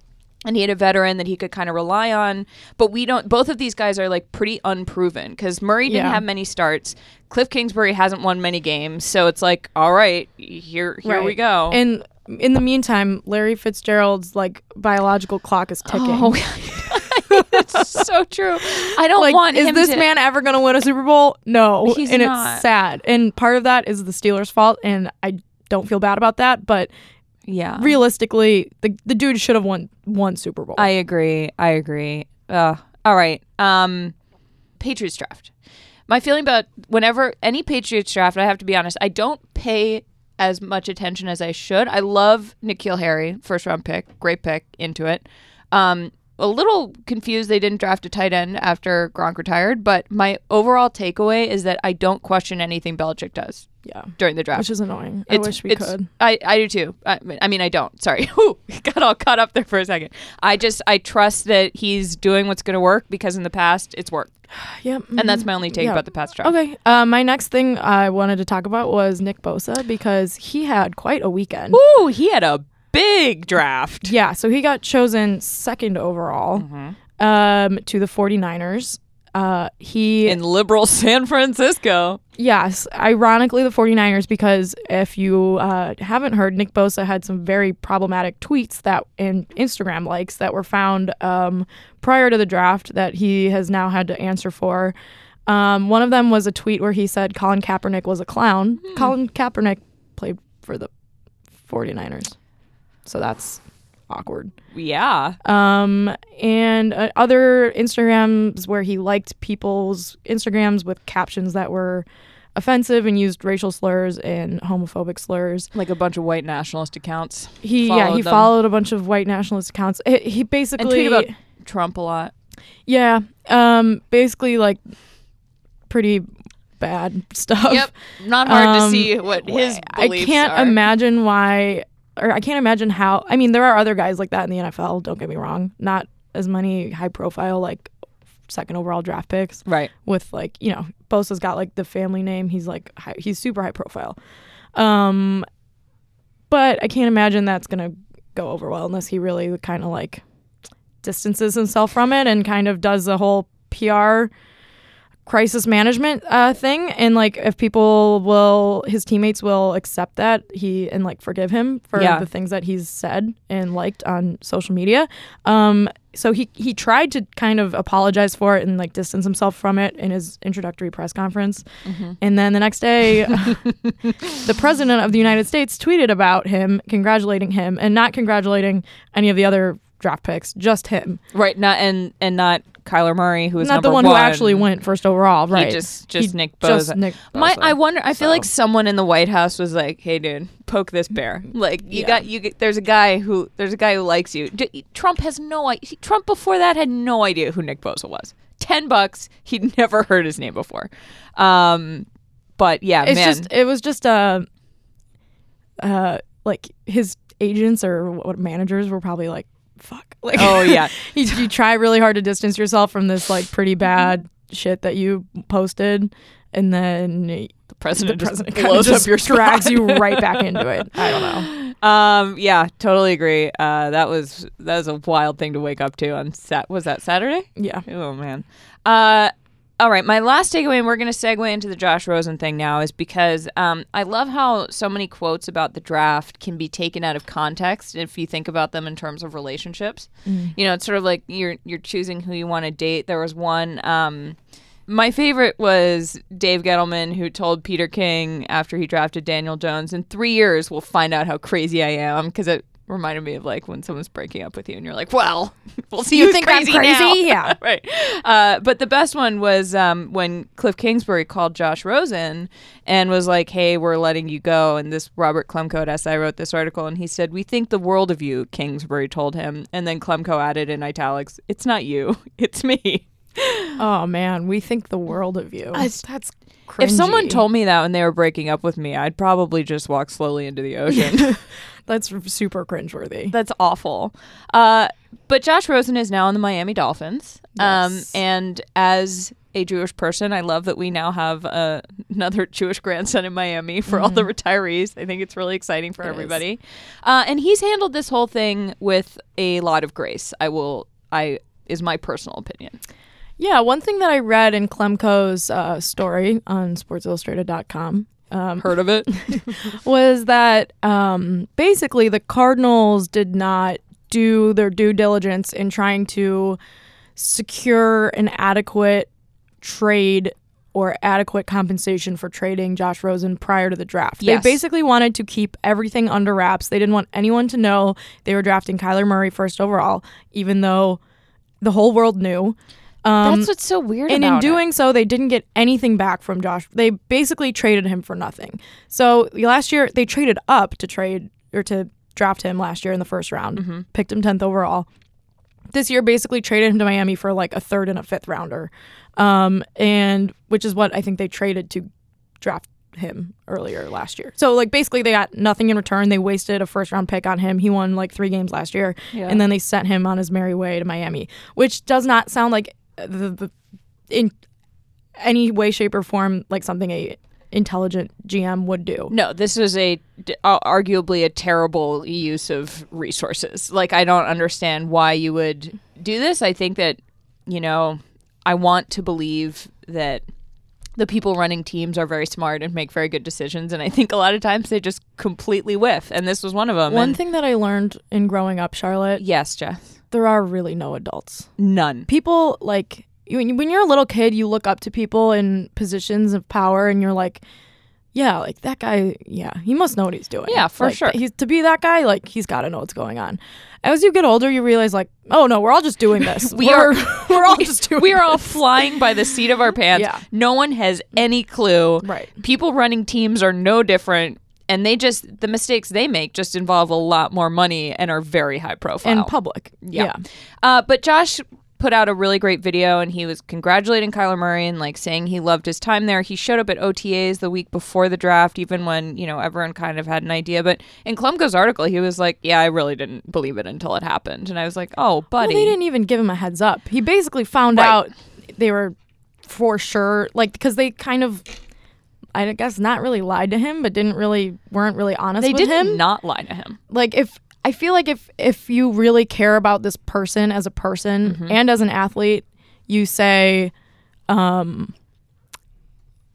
S1: and he had a veteran that he could kind of rely on. But we don't, both of these guys are like pretty unproven because Murray didn't
S2: Yeah.
S1: have many starts. Cliff Kingsbury hasn't won many games. So it's like, all right, here, here we
S2: Right.
S1: go.
S2: And in the meantime, Larry Fitzgerald's like biological clock is ticking.
S1: Oh, it's so true. I don't
S2: like,
S1: want
S2: is
S1: him
S2: this
S1: to-
S2: man ever going to win a Super Bowl? No,
S1: He's
S2: and
S1: not.
S2: it's sad. And part of that is the Steelers' fault, and I don't feel bad about that. But
S1: Yeah,
S2: realistically, the the dude should have won one Super Bowl.
S1: I agree. I agree. Uh, all right. Um, Patriots draft. My feeling about whenever any Patriots draft, I have to be honest, I don't pay as much attention as I should. I love Nikhil Harry, first round pick, great pick, into it. Um, a little confused they didn't draft a tight end after Gronk retired, but my overall takeaway is that I don't question anything Belichick does
S2: Yeah.
S1: during the draft.
S2: Which is annoying. I
S1: It's-
S2: wish we
S1: it's-
S2: could.
S1: I, I do too. I, mean- I mean, I don't. Sorry. Whew, got all caught up there for a second. I just, I trust that he's doing what's going to work because in the past it's worked.
S2: Yep.
S1: And that's my only take
S2: Yeah.
S1: about the past draft.
S2: Okay. Uh, my next thing I wanted to talk about was Nick Bosa because he had quite a weekend.
S1: Ooh, he had a big draft.
S2: Yeah, so he got chosen second overall
S1: Mm-hmm.
S2: um, to the 49ers. Uh, he
S1: In liberal San Francisco.
S2: yes, ironically the 49ers because if you uh, haven't heard, Nick Bosa had some very problematic tweets that and Instagram likes that were found um, prior to the draft that he has now had to answer for. Um, one of them was a tweet where he said Colin Kaepernick was a clown. Colin Kaepernick played for the 49ers. So that's awkward.
S1: Yeah.
S2: Um, and uh, other Instagrams where he liked people's Instagrams with captions that were offensive and used racial slurs and homophobic slurs.
S1: Like a bunch of white nationalist accounts.
S2: He yeah
S1: Followed
S2: he
S1: them.
S2: followed a bunch of white nationalist accounts. He, he
S1: And
S2: basically
S1: tweet about Trump a lot.
S2: yeah um basically like pretty bad stuff.
S1: Not
S2: hard to Um, see
S1: what
S2: I can't imagine why, or I can't imagine how. I mean, there are other guys like that in the NFL. Don't get me wrong. Not as many high profile like second overall draft picks
S1: Right.
S2: with like you know Bosa's got like the family name. He's like high, he's super high profile. Um, but I can't imagine that's gonna go over well unless he really kind of like distances himself from it and kind of does the whole PR crisis management uh, thing and like if people will his teammates will accept that he and like forgive him for
S1: Yeah.
S2: the things that he's said and liked on social media um so he he tried to kind of apologize for it and like distance himself from it in his introductory press conference and then the next day the president of the united states tweeted about him congratulating him and not congratulating any of the other draft picks just him
S1: Right. Not and and not Kyler Murray, who was
S2: not the
S1: number
S2: one, who actually went first overall
S1: He
S2: right
S1: just just
S2: He
S1: Nick Bosa.
S2: just Nick
S1: My,
S2: Bosa.
S1: I wonder. I feel
S2: So-
S1: like someone in the White House was like, "Hey, dude, poke this bear. Like, you
S2: Yeah.
S1: got you. get- There's a guy who there's a guy who likes you. D- Trump has no idea. Trump before that had no idea who Nick Bosa was. Ten bucks. He'd never heard his name before. Um, but yeah,
S2: it's
S1: man.
S2: just it was just uh uh like his agents or what managers were probably like fuck like
S1: oh yeah.
S2: you, you try really hard to distance yourself from this like pretty
S1: Mm-hmm.
S2: bad shit that you posted and then
S1: The president,
S2: the president
S1: just
S2: kinda
S1: blows
S2: just
S1: up your
S2: drags
S1: spot.
S2: you right back into it i don't know
S1: Um, yeah, totally agree. Uh, that was that was a wild thing to wake up to on sat. Was that Saturday?
S2: yeah
S1: Oh man. Uh, all right. My last takeaway, and we're going to segue into the Josh Rosen thing now, is because um, I love how so many quotes about the draft can be taken out of context if you think about them in terms of relationships.
S2: Mm.
S1: You know, it's sort of like you're you're choosing who you want to date. There was one. Um, my favorite was Dave Gettleman, who told Peter King after he drafted Daniel Jones, in three years we'll find out how crazy I am because it reminded me of like when someone's breaking up with you and you're like, well, we'll see.
S2: You
S1: who's
S2: think I'm
S1: now."
S2: crazy? Yeah.
S1: right. Uh, but the best one was um, when Cliff Kingsbury called Josh Rosen and was like, "Hey, we're letting you go." And this Robert Klemko at SI wrote this article, and he said, "We think the world of you," Kingsbury told him, and then Klemko added in italics, "It's not you, it's me."
S2: oh man we think the world of you that's cringy.
S1: If someone told me that when they were breaking up with me, I'd probably just walk slowly into the ocean.
S2: that's super cringeworthy
S1: That's awful. Uh, but Josh Rosen is now on the Miami Dolphins. Um,
S2: Yes.
S1: and as a Jewish person, I love that we now have uh, another Jewish grandson in Miami for all the retirees. I think it's really exciting for
S2: It is.
S1: everybody. Uh, and he's handled this whole thing with a lot of grace. I will. I is my personal opinion.
S2: Yeah, one thing that I read in Klemko's uh, story on SportsIllustrated.com um,
S1: Heard of it?
S2: was that um, basically the Cardinals did not do their due diligence in trying to secure an adequate trade or adequate compensation for trading Josh Rosen prior to the draft.
S1: Yes.
S2: They basically wanted to keep everything under wraps. They didn't want anyone to know they were drafting Kyler Murray first overall, even though the whole world knew. Um,
S1: That's what's so weird.
S2: and
S1: about
S2: in
S1: it.
S2: doing so, they didn't get anything back from Josh. They basically traded him for nothing. So last year, they traded
S1: Mm-hmm.
S2: up to trade or to draft him last year in the first round, picked him 10th overall. this year basically traded him to Miami for like a third and a fifth rounder, um, and which is what I think they traded to draft him earlier last year. So like basically they got nothing in return. They wasted a first round pick on him. He won like three games last year,
S1: Yeah.
S2: and then they sent him on his merry way to Miami, which does not sound like the, the in any way, shape, or form like something a intelligent GM would do.
S1: No, this was a d- uh, arguably a terrible use of resources. Like I don't understand why you would do this. I think that you know, I want to believe that the people running teams are very smart and make very good decisions and I think a lot of times they just completely whiff and this was one of them.
S2: One
S1: and-
S2: thing that I learned in growing up, Charlotte,
S1: Yes, Jess.
S2: there are really no adults.
S1: None.
S2: People like you- when you're a little kid, you look up to people in positions of power, and you're like, yeah, like that guy, yeah, he must know what he's doing.
S1: Yeah, for
S2: Like,
S1: sure.
S2: He's to be that guy, like he's got to know what's going on. As you get older, you realize like, oh no, we're all just doing this.
S1: We
S2: We're-
S1: are-
S2: we're all just doing.
S1: We are all
S2: this.
S1: flying by the seat of our pants.
S2: Yeah.
S1: No one has any clue.
S2: Right.
S1: People running teams are no different. And they just, the mistakes they make just involve a lot more money and are very high profile.
S2: in public.
S1: Yeah. Uh, but Josh put out a really great video and he was congratulating Kyler Murray and like saying he loved his time there. He showed up at OTAs the week before the draft, even when, you know, everyone kind of had an idea. But in Klumko's article, he was like, Yeah, I really didn't believe it until it happened. And I was like, Oh, buddy.
S2: Well, they didn't even give him a heads up. He basically found
S1: Right.
S2: out they were for sure, like because they kind of, I guess, not really lied to him, but didn't really weren't really honest
S1: they did
S2: with him.
S1: not lie to him.
S2: Like if I feel like if if you really care about this person as a person and as an athlete, you say, um,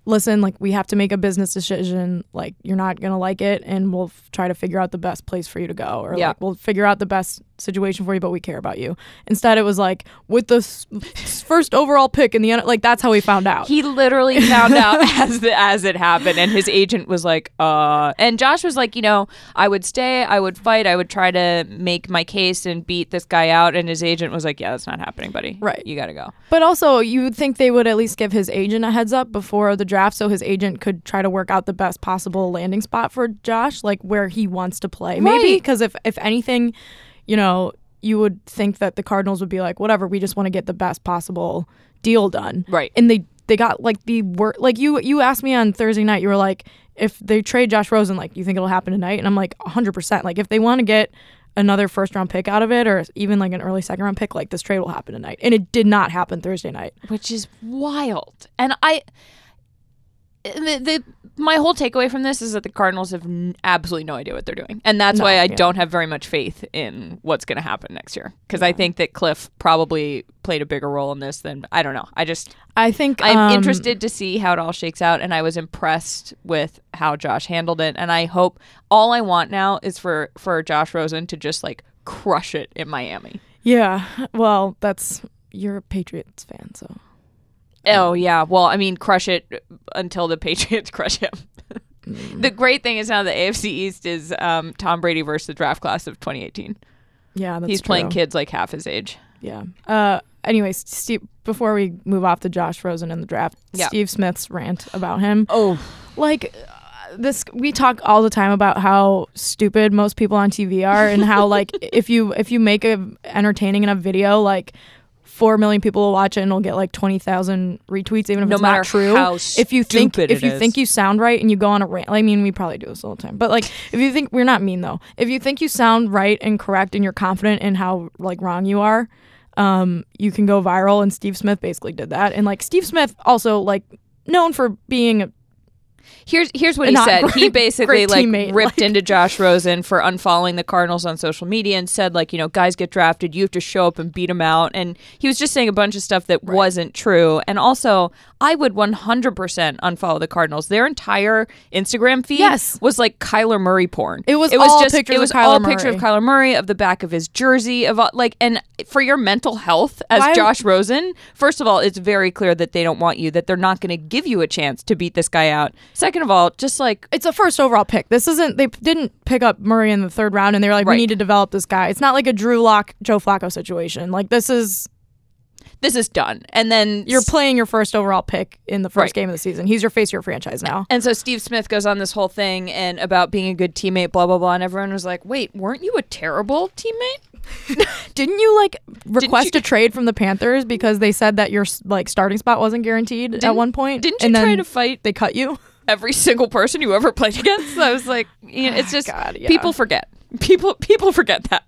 S2: listen, like we have to make a business decision. Like you're not gonna like it, and we'll f- try to figure out the best place for you to go, or
S1: Yeah.
S2: like we'll figure out the best situation for you, but we care about you. Instead, it was like with the s- s- first overall pick in the end, like that's how we found out.
S1: He literally found out as the, as it happened, and his agent was like, "Uh." And Josh was like, "You know, I would stay, I would fight, I would try to make my case and beat this guy out." And his agent was like, "Yeah, that's not happening, buddy.
S2: Right.
S1: you gotta go."
S2: But also, you would think they would at least give his agent a heads up before the draft so his agent could try to work out the best possible landing spot for Josh, like where he wants to play. Maybe
S1: Right.
S2: because if, if anything, you know, you would think that the Cardinals would be like, whatever, we just want to get the best possible deal done.
S1: Right.
S2: And they they got like the work. Like you you asked me on Thursday night, you were like, if they trade Josh Rosen, like you think it'll happen tonight? And I'm like, 100. percent Like if they want to get another first round pick out of it, or even like an early second round pick, like this trade will happen tonight. And it did not happen Thursday night.
S1: which is wild. And I, the, the my whole takeaway from this is that the Cardinals have n- absolutely no idea what they're doing, and that's
S2: No,
S1: why I
S2: yeah.
S1: don't have very much faith in what's going to happen next year. Because I think that Cliff probably played a bigger role in this than I don't know. I just
S2: I think
S1: I'm
S2: um,
S1: interested to see how it all shakes out, and I was impressed with how Josh handled it. And I hope all I want now is for for Josh Rosen to just like crush it in Miami.
S2: Yeah. Well, that's you're a Patriots fan, so
S1: Oh yeah, well I mean crush it until the Patriots crush him.
S2: mm,
S1: the great thing is now the AFC East is um, Tom Brady versus the draft class of 2018.
S2: yeah, that's
S1: He's playing
S2: true.
S1: kids like half his age.
S2: Yeah. Uh. Anyways, Steve. Before we move off to Josh Rosen in the draft,
S1: Yeah.
S2: Steve Smith's rant about him.
S1: Oh
S2: like uh, this we talk all the time about how stupid most people on TV are and how like if you if you make a entertaining enough video like 4 million people will watch it and it'll get like 20,000 retweets even if
S1: No
S2: it's
S1: matter
S2: not true.
S1: how
S2: if you think
S1: stupid
S2: if
S1: it
S2: you
S1: is.
S2: think you sound right and you go on a rant. I mean we probably do this all the time. But like if you think we're not mean though. If you think you sound right and correct and you're confident in how like wrong you are, um, you can go viral and Steve Smith basically did that. And like Steve Smith also like known for being a
S1: Here's here's what he
S2: Not
S1: said. he
S2: great-
S1: basically
S2: great
S1: like
S2: teammate,
S1: ripped
S2: like-
S1: into Josh Rosen for unfollowing the Cardinals on social media and said like, you know, guys get drafted, you have to show up and beat them out. And he was just saying a bunch of stuff that wasn't true. And also, I would 100% unfollow the Cardinals. Their entire Instagram feed
S2: Yes.
S1: was like Kyler Murray porn.
S2: It was all pictures
S1: it
S2: of
S1: was
S2: Kyler
S1: all picture of
S2: Murray.
S1: Kyler Murray of the back of his jersey of all, like and for your mental health as
S2: Why-
S1: Josh Rosen, first of all, it's very clear that they don't want you, that they're not going to give you a chance to beat this guy out. Second of all, just like
S2: it's a first overall pick. This isn't they didn't pick up Murray in the third round and they were like,
S1: Right.
S2: we need to develop this guy. It's not like a Drew Lock Joe Flacco situation. Like this is
S1: this is done. And then
S2: you're playing your first overall pick in the first
S1: Right.
S2: game of the season. He's your face of your franchise now.
S1: and so Steve Smith goes on this whole thing and about being a good teammate, blah blah blah, and everyone was like, "Wait, weren't you a terrible teammate?"
S2: Didn't you like request
S1: you-
S2: a trade from the Panthers because they said that your like starting spot wasn't guaranteed at
S1: Didn't-
S2: one point?
S1: Didn't you
S2: and
S1: try
S2: then
S1: to fight
S2: They cut you.
S1: every single person you ever played against? I was like, you know, it's just
S2: God, yeah.
S1: people forget. People people forget that.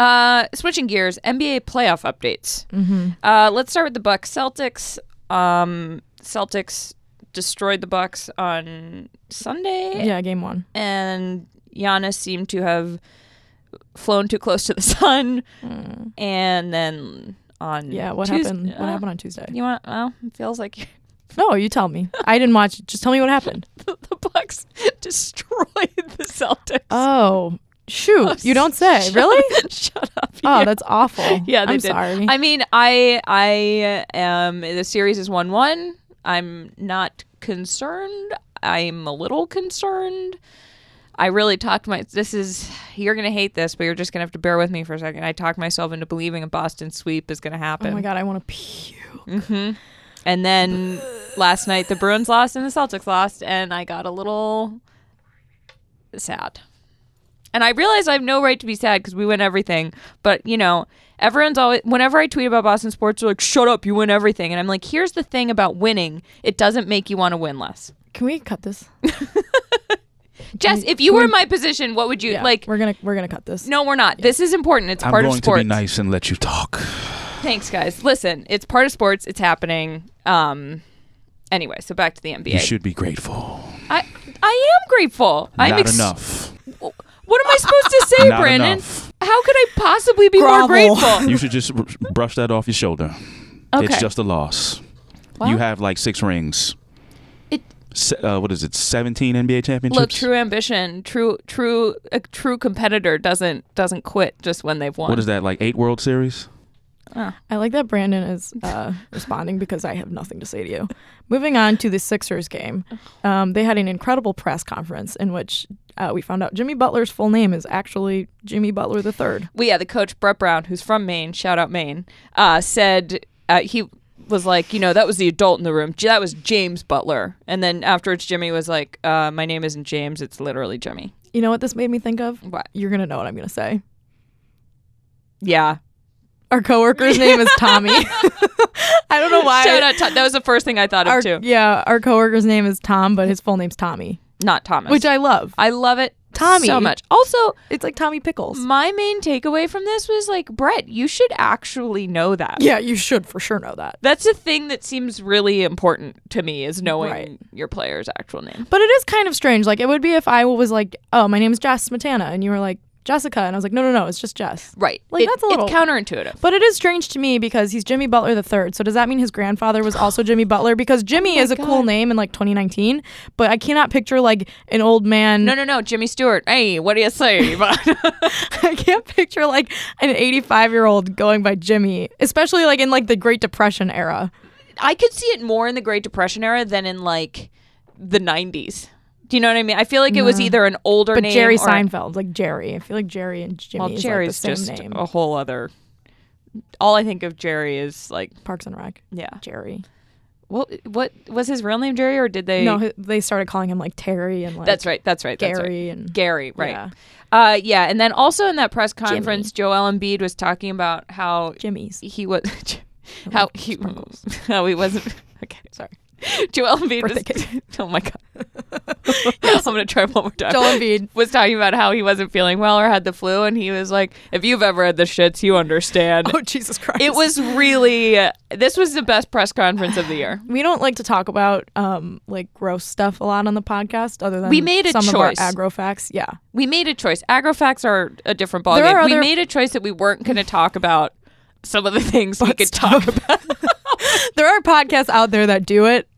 S1: Uh, switching gears, NBA playoff updates.
S2: Mm-hmm.
S1: Uh, let's start with the Bucks Celtics. Um, Celtics destroyed the Bucks on Sunday,
S2: Yeah, game one.
S1: and Giannis seemed to have flown too close to the sun. And then on
S2: Hmm. Yeah, what
S1: Tues-
S2: happened?
S1: uh,
S2: What happened on Tuesday?
S1: You want? Well, it feels like
S2: No, you tell me. I didn't watch. it. Just tell me what happened.
S1: the, the Bucks destroyed the Celtics.
S2: Oh, shoot! You don't say.
S1: Shut-
S2: Really?
S1: Shut up.
S2: Oh,
S1: yeah.
S2: that's awful.
S1: Yeah, they
S2: I'm
S1: did.
S2: sorry.
S1: I mean, I I am the series is one one. I'm not concerned. I'm a little concerned. I really talked my this is you're gonna hate this, but you're just gonna have to bear with me for a second. I talked myself into believing a Boston sweep is gonna happen.
S2: oh my god, I want to puke.
S1: And then last night the Bruins lost and the Celtics lost, and I got a little sad. And I realize I have no right to be sad because we win everything. But you know, everyone's always whenever I tweet about Boston sports, they're like, "Shut up, you win everything." And I'm like, "Here's the thing about winning: it doesn't make you want to win less."
S2: Can we cut this?
S1: Jess, if you were in my position, what would you
S2: Yeah,
S1: like?
S2: we're gonna we're gonna cut this.
S1: No, we're not. This is important. It's
S3: I'm
S1: part
S3: going
S1: of sports.
S3: to be nice and let you talk.
S1: Thanks, guys. Listen, it's part of sports. It's happening. Um. Anyway, so back to the NBA.
S3: You should be grateful.
S1: I I am grateful. I'm
S3: Not
S1: ex-
S3: enough.
S1: What am I supposed to say,
S3: Not
S1: Brandon?
S3: enough.
S1: How could I possibly be
S2: Grovel.
S1: more grateful?
S3: You should just r- brush that off your shoulder.
S1: Okay.
S3: It's just a loss.
S1: Well,
S3: You have like six rings.
S1: It-
S3: Se- uh, what is it? Seventeen NBA championships.
S1: look, true ambition, true true a true competitor doesn't doesn't quit just when they've won.
S3: What is that? Like eight World Series?
S2: I like that Brandon is uh, responding because I have nothing to say to you. Moving on to the Sixers game, um, they had an incredible press conference in which uh, we found out Jimmy Butler's full name is actually Jimmy Butler the third.
S1: well, yeah, the coach Brett Brown, who's from Maine, shout out Maine, uh, said uh, he was like, you know, that was the adult in the room. J- That was James Butler. And then afterwards, Jimmy was like, uh, my name isn't James, it's literally Jimmy.
S2: You know what this made me think of?
S1: What?
S2: You're gonna know what I'm gonna say.
S1: Yeah.
S2: Our coworker's name is Tommy. I don't know why.
S1: Shout out. To- that was the first thing I thought
S2: Our,
S1: of too.
S2: yeah, our coworker's name is Tom, but his full name's Tommy,
S1: Not Thomas.
S2: which I love.
S1: I love it
S2: Tommy.
S1: so much. Also,
S2: It's like Tommy Pickles.
S1: my main takeaway from this was like, Brett, you should actually know that.
S2: Yeah, you should for sure know that.
S1: That's a thing that seems really important to me is knowing
S2: Right.
S1: your player's actual name.
S2: But it is kind of strange. Like it would be if I was like, "Oh, my name's Jess Matana," and you were like, "Jessica," and I was like, "No, no, no, it's just Jess."
S1: Right.
S2: Like, that's a little-
S1: it's counterintuitive.
S2: But it is strange to me because he's Jimmy Butler the third. So does that mean his grandfather was also Jimmy Butler? Because
S1: Oh
S2: Jimmy is a cool name in like 2019, but I cannot picture like an old man.
S1: No, no, no, Jimmy Stewart. Hey, what do you say?
S2: I can't picture like an 85 year old going by Jimmy, especially like in like the Great Depression era.
S1: I could see it more in the Great Depression era than in like the 90s. Do you know what I mean? I feel like it was either an older
S2: Mm. But
S1: name
S2: Jerry
S1: or-
S2: Seinfeld, like Jerry. I feel like Jerry and Jimmy
S1: Well,
S2: is
S1: Jerry's
S2: like, the
S1: just
S2: same name.
S1: a whole other. All I think of Jerry is like,
S2: Parks and Rec.
S1: yeah.
S2: Jerry.
S1: What what was his real name, Jerry, or did they?
S2: No, h- they started calling him like Terry and like
S1: that's right. That's right. That's right.
S2: Gary and
S1: Gary, right?
S2: Yeah.
S1: Uh, yeah. And then also in that press conference, Joel Embiid was talking about how
S2: Jimmy's.
S1: he was, how he, how he wasn't. Okay, sorry. Joel Embiid
S2: Birthday
S1: was. Oh my god. I'm gonna try one more time.
S2: Joel Embiid.
S1: was talking about how he wasn't feeling well or had the flu, and he was like, "If you've ever had the shits, you understand."
S2: Oh Jesus Christ!
S1: It was really. This was the best press conference of the year.
S2: We don't like to talk about um like gross stuff a lot on the podcast, other than
S1: We made a
S2: some of our
S1: choice.
S2: agro facts. Yeah,
S1: We made a choice. Agrofacts are a different
S2: There
S1: ballgame.
S2: are
S1: We
S2: other-
S1: made a choice that we weren't going to talk about some of the things we could talk about.
S2: there are podcasts out there that do it,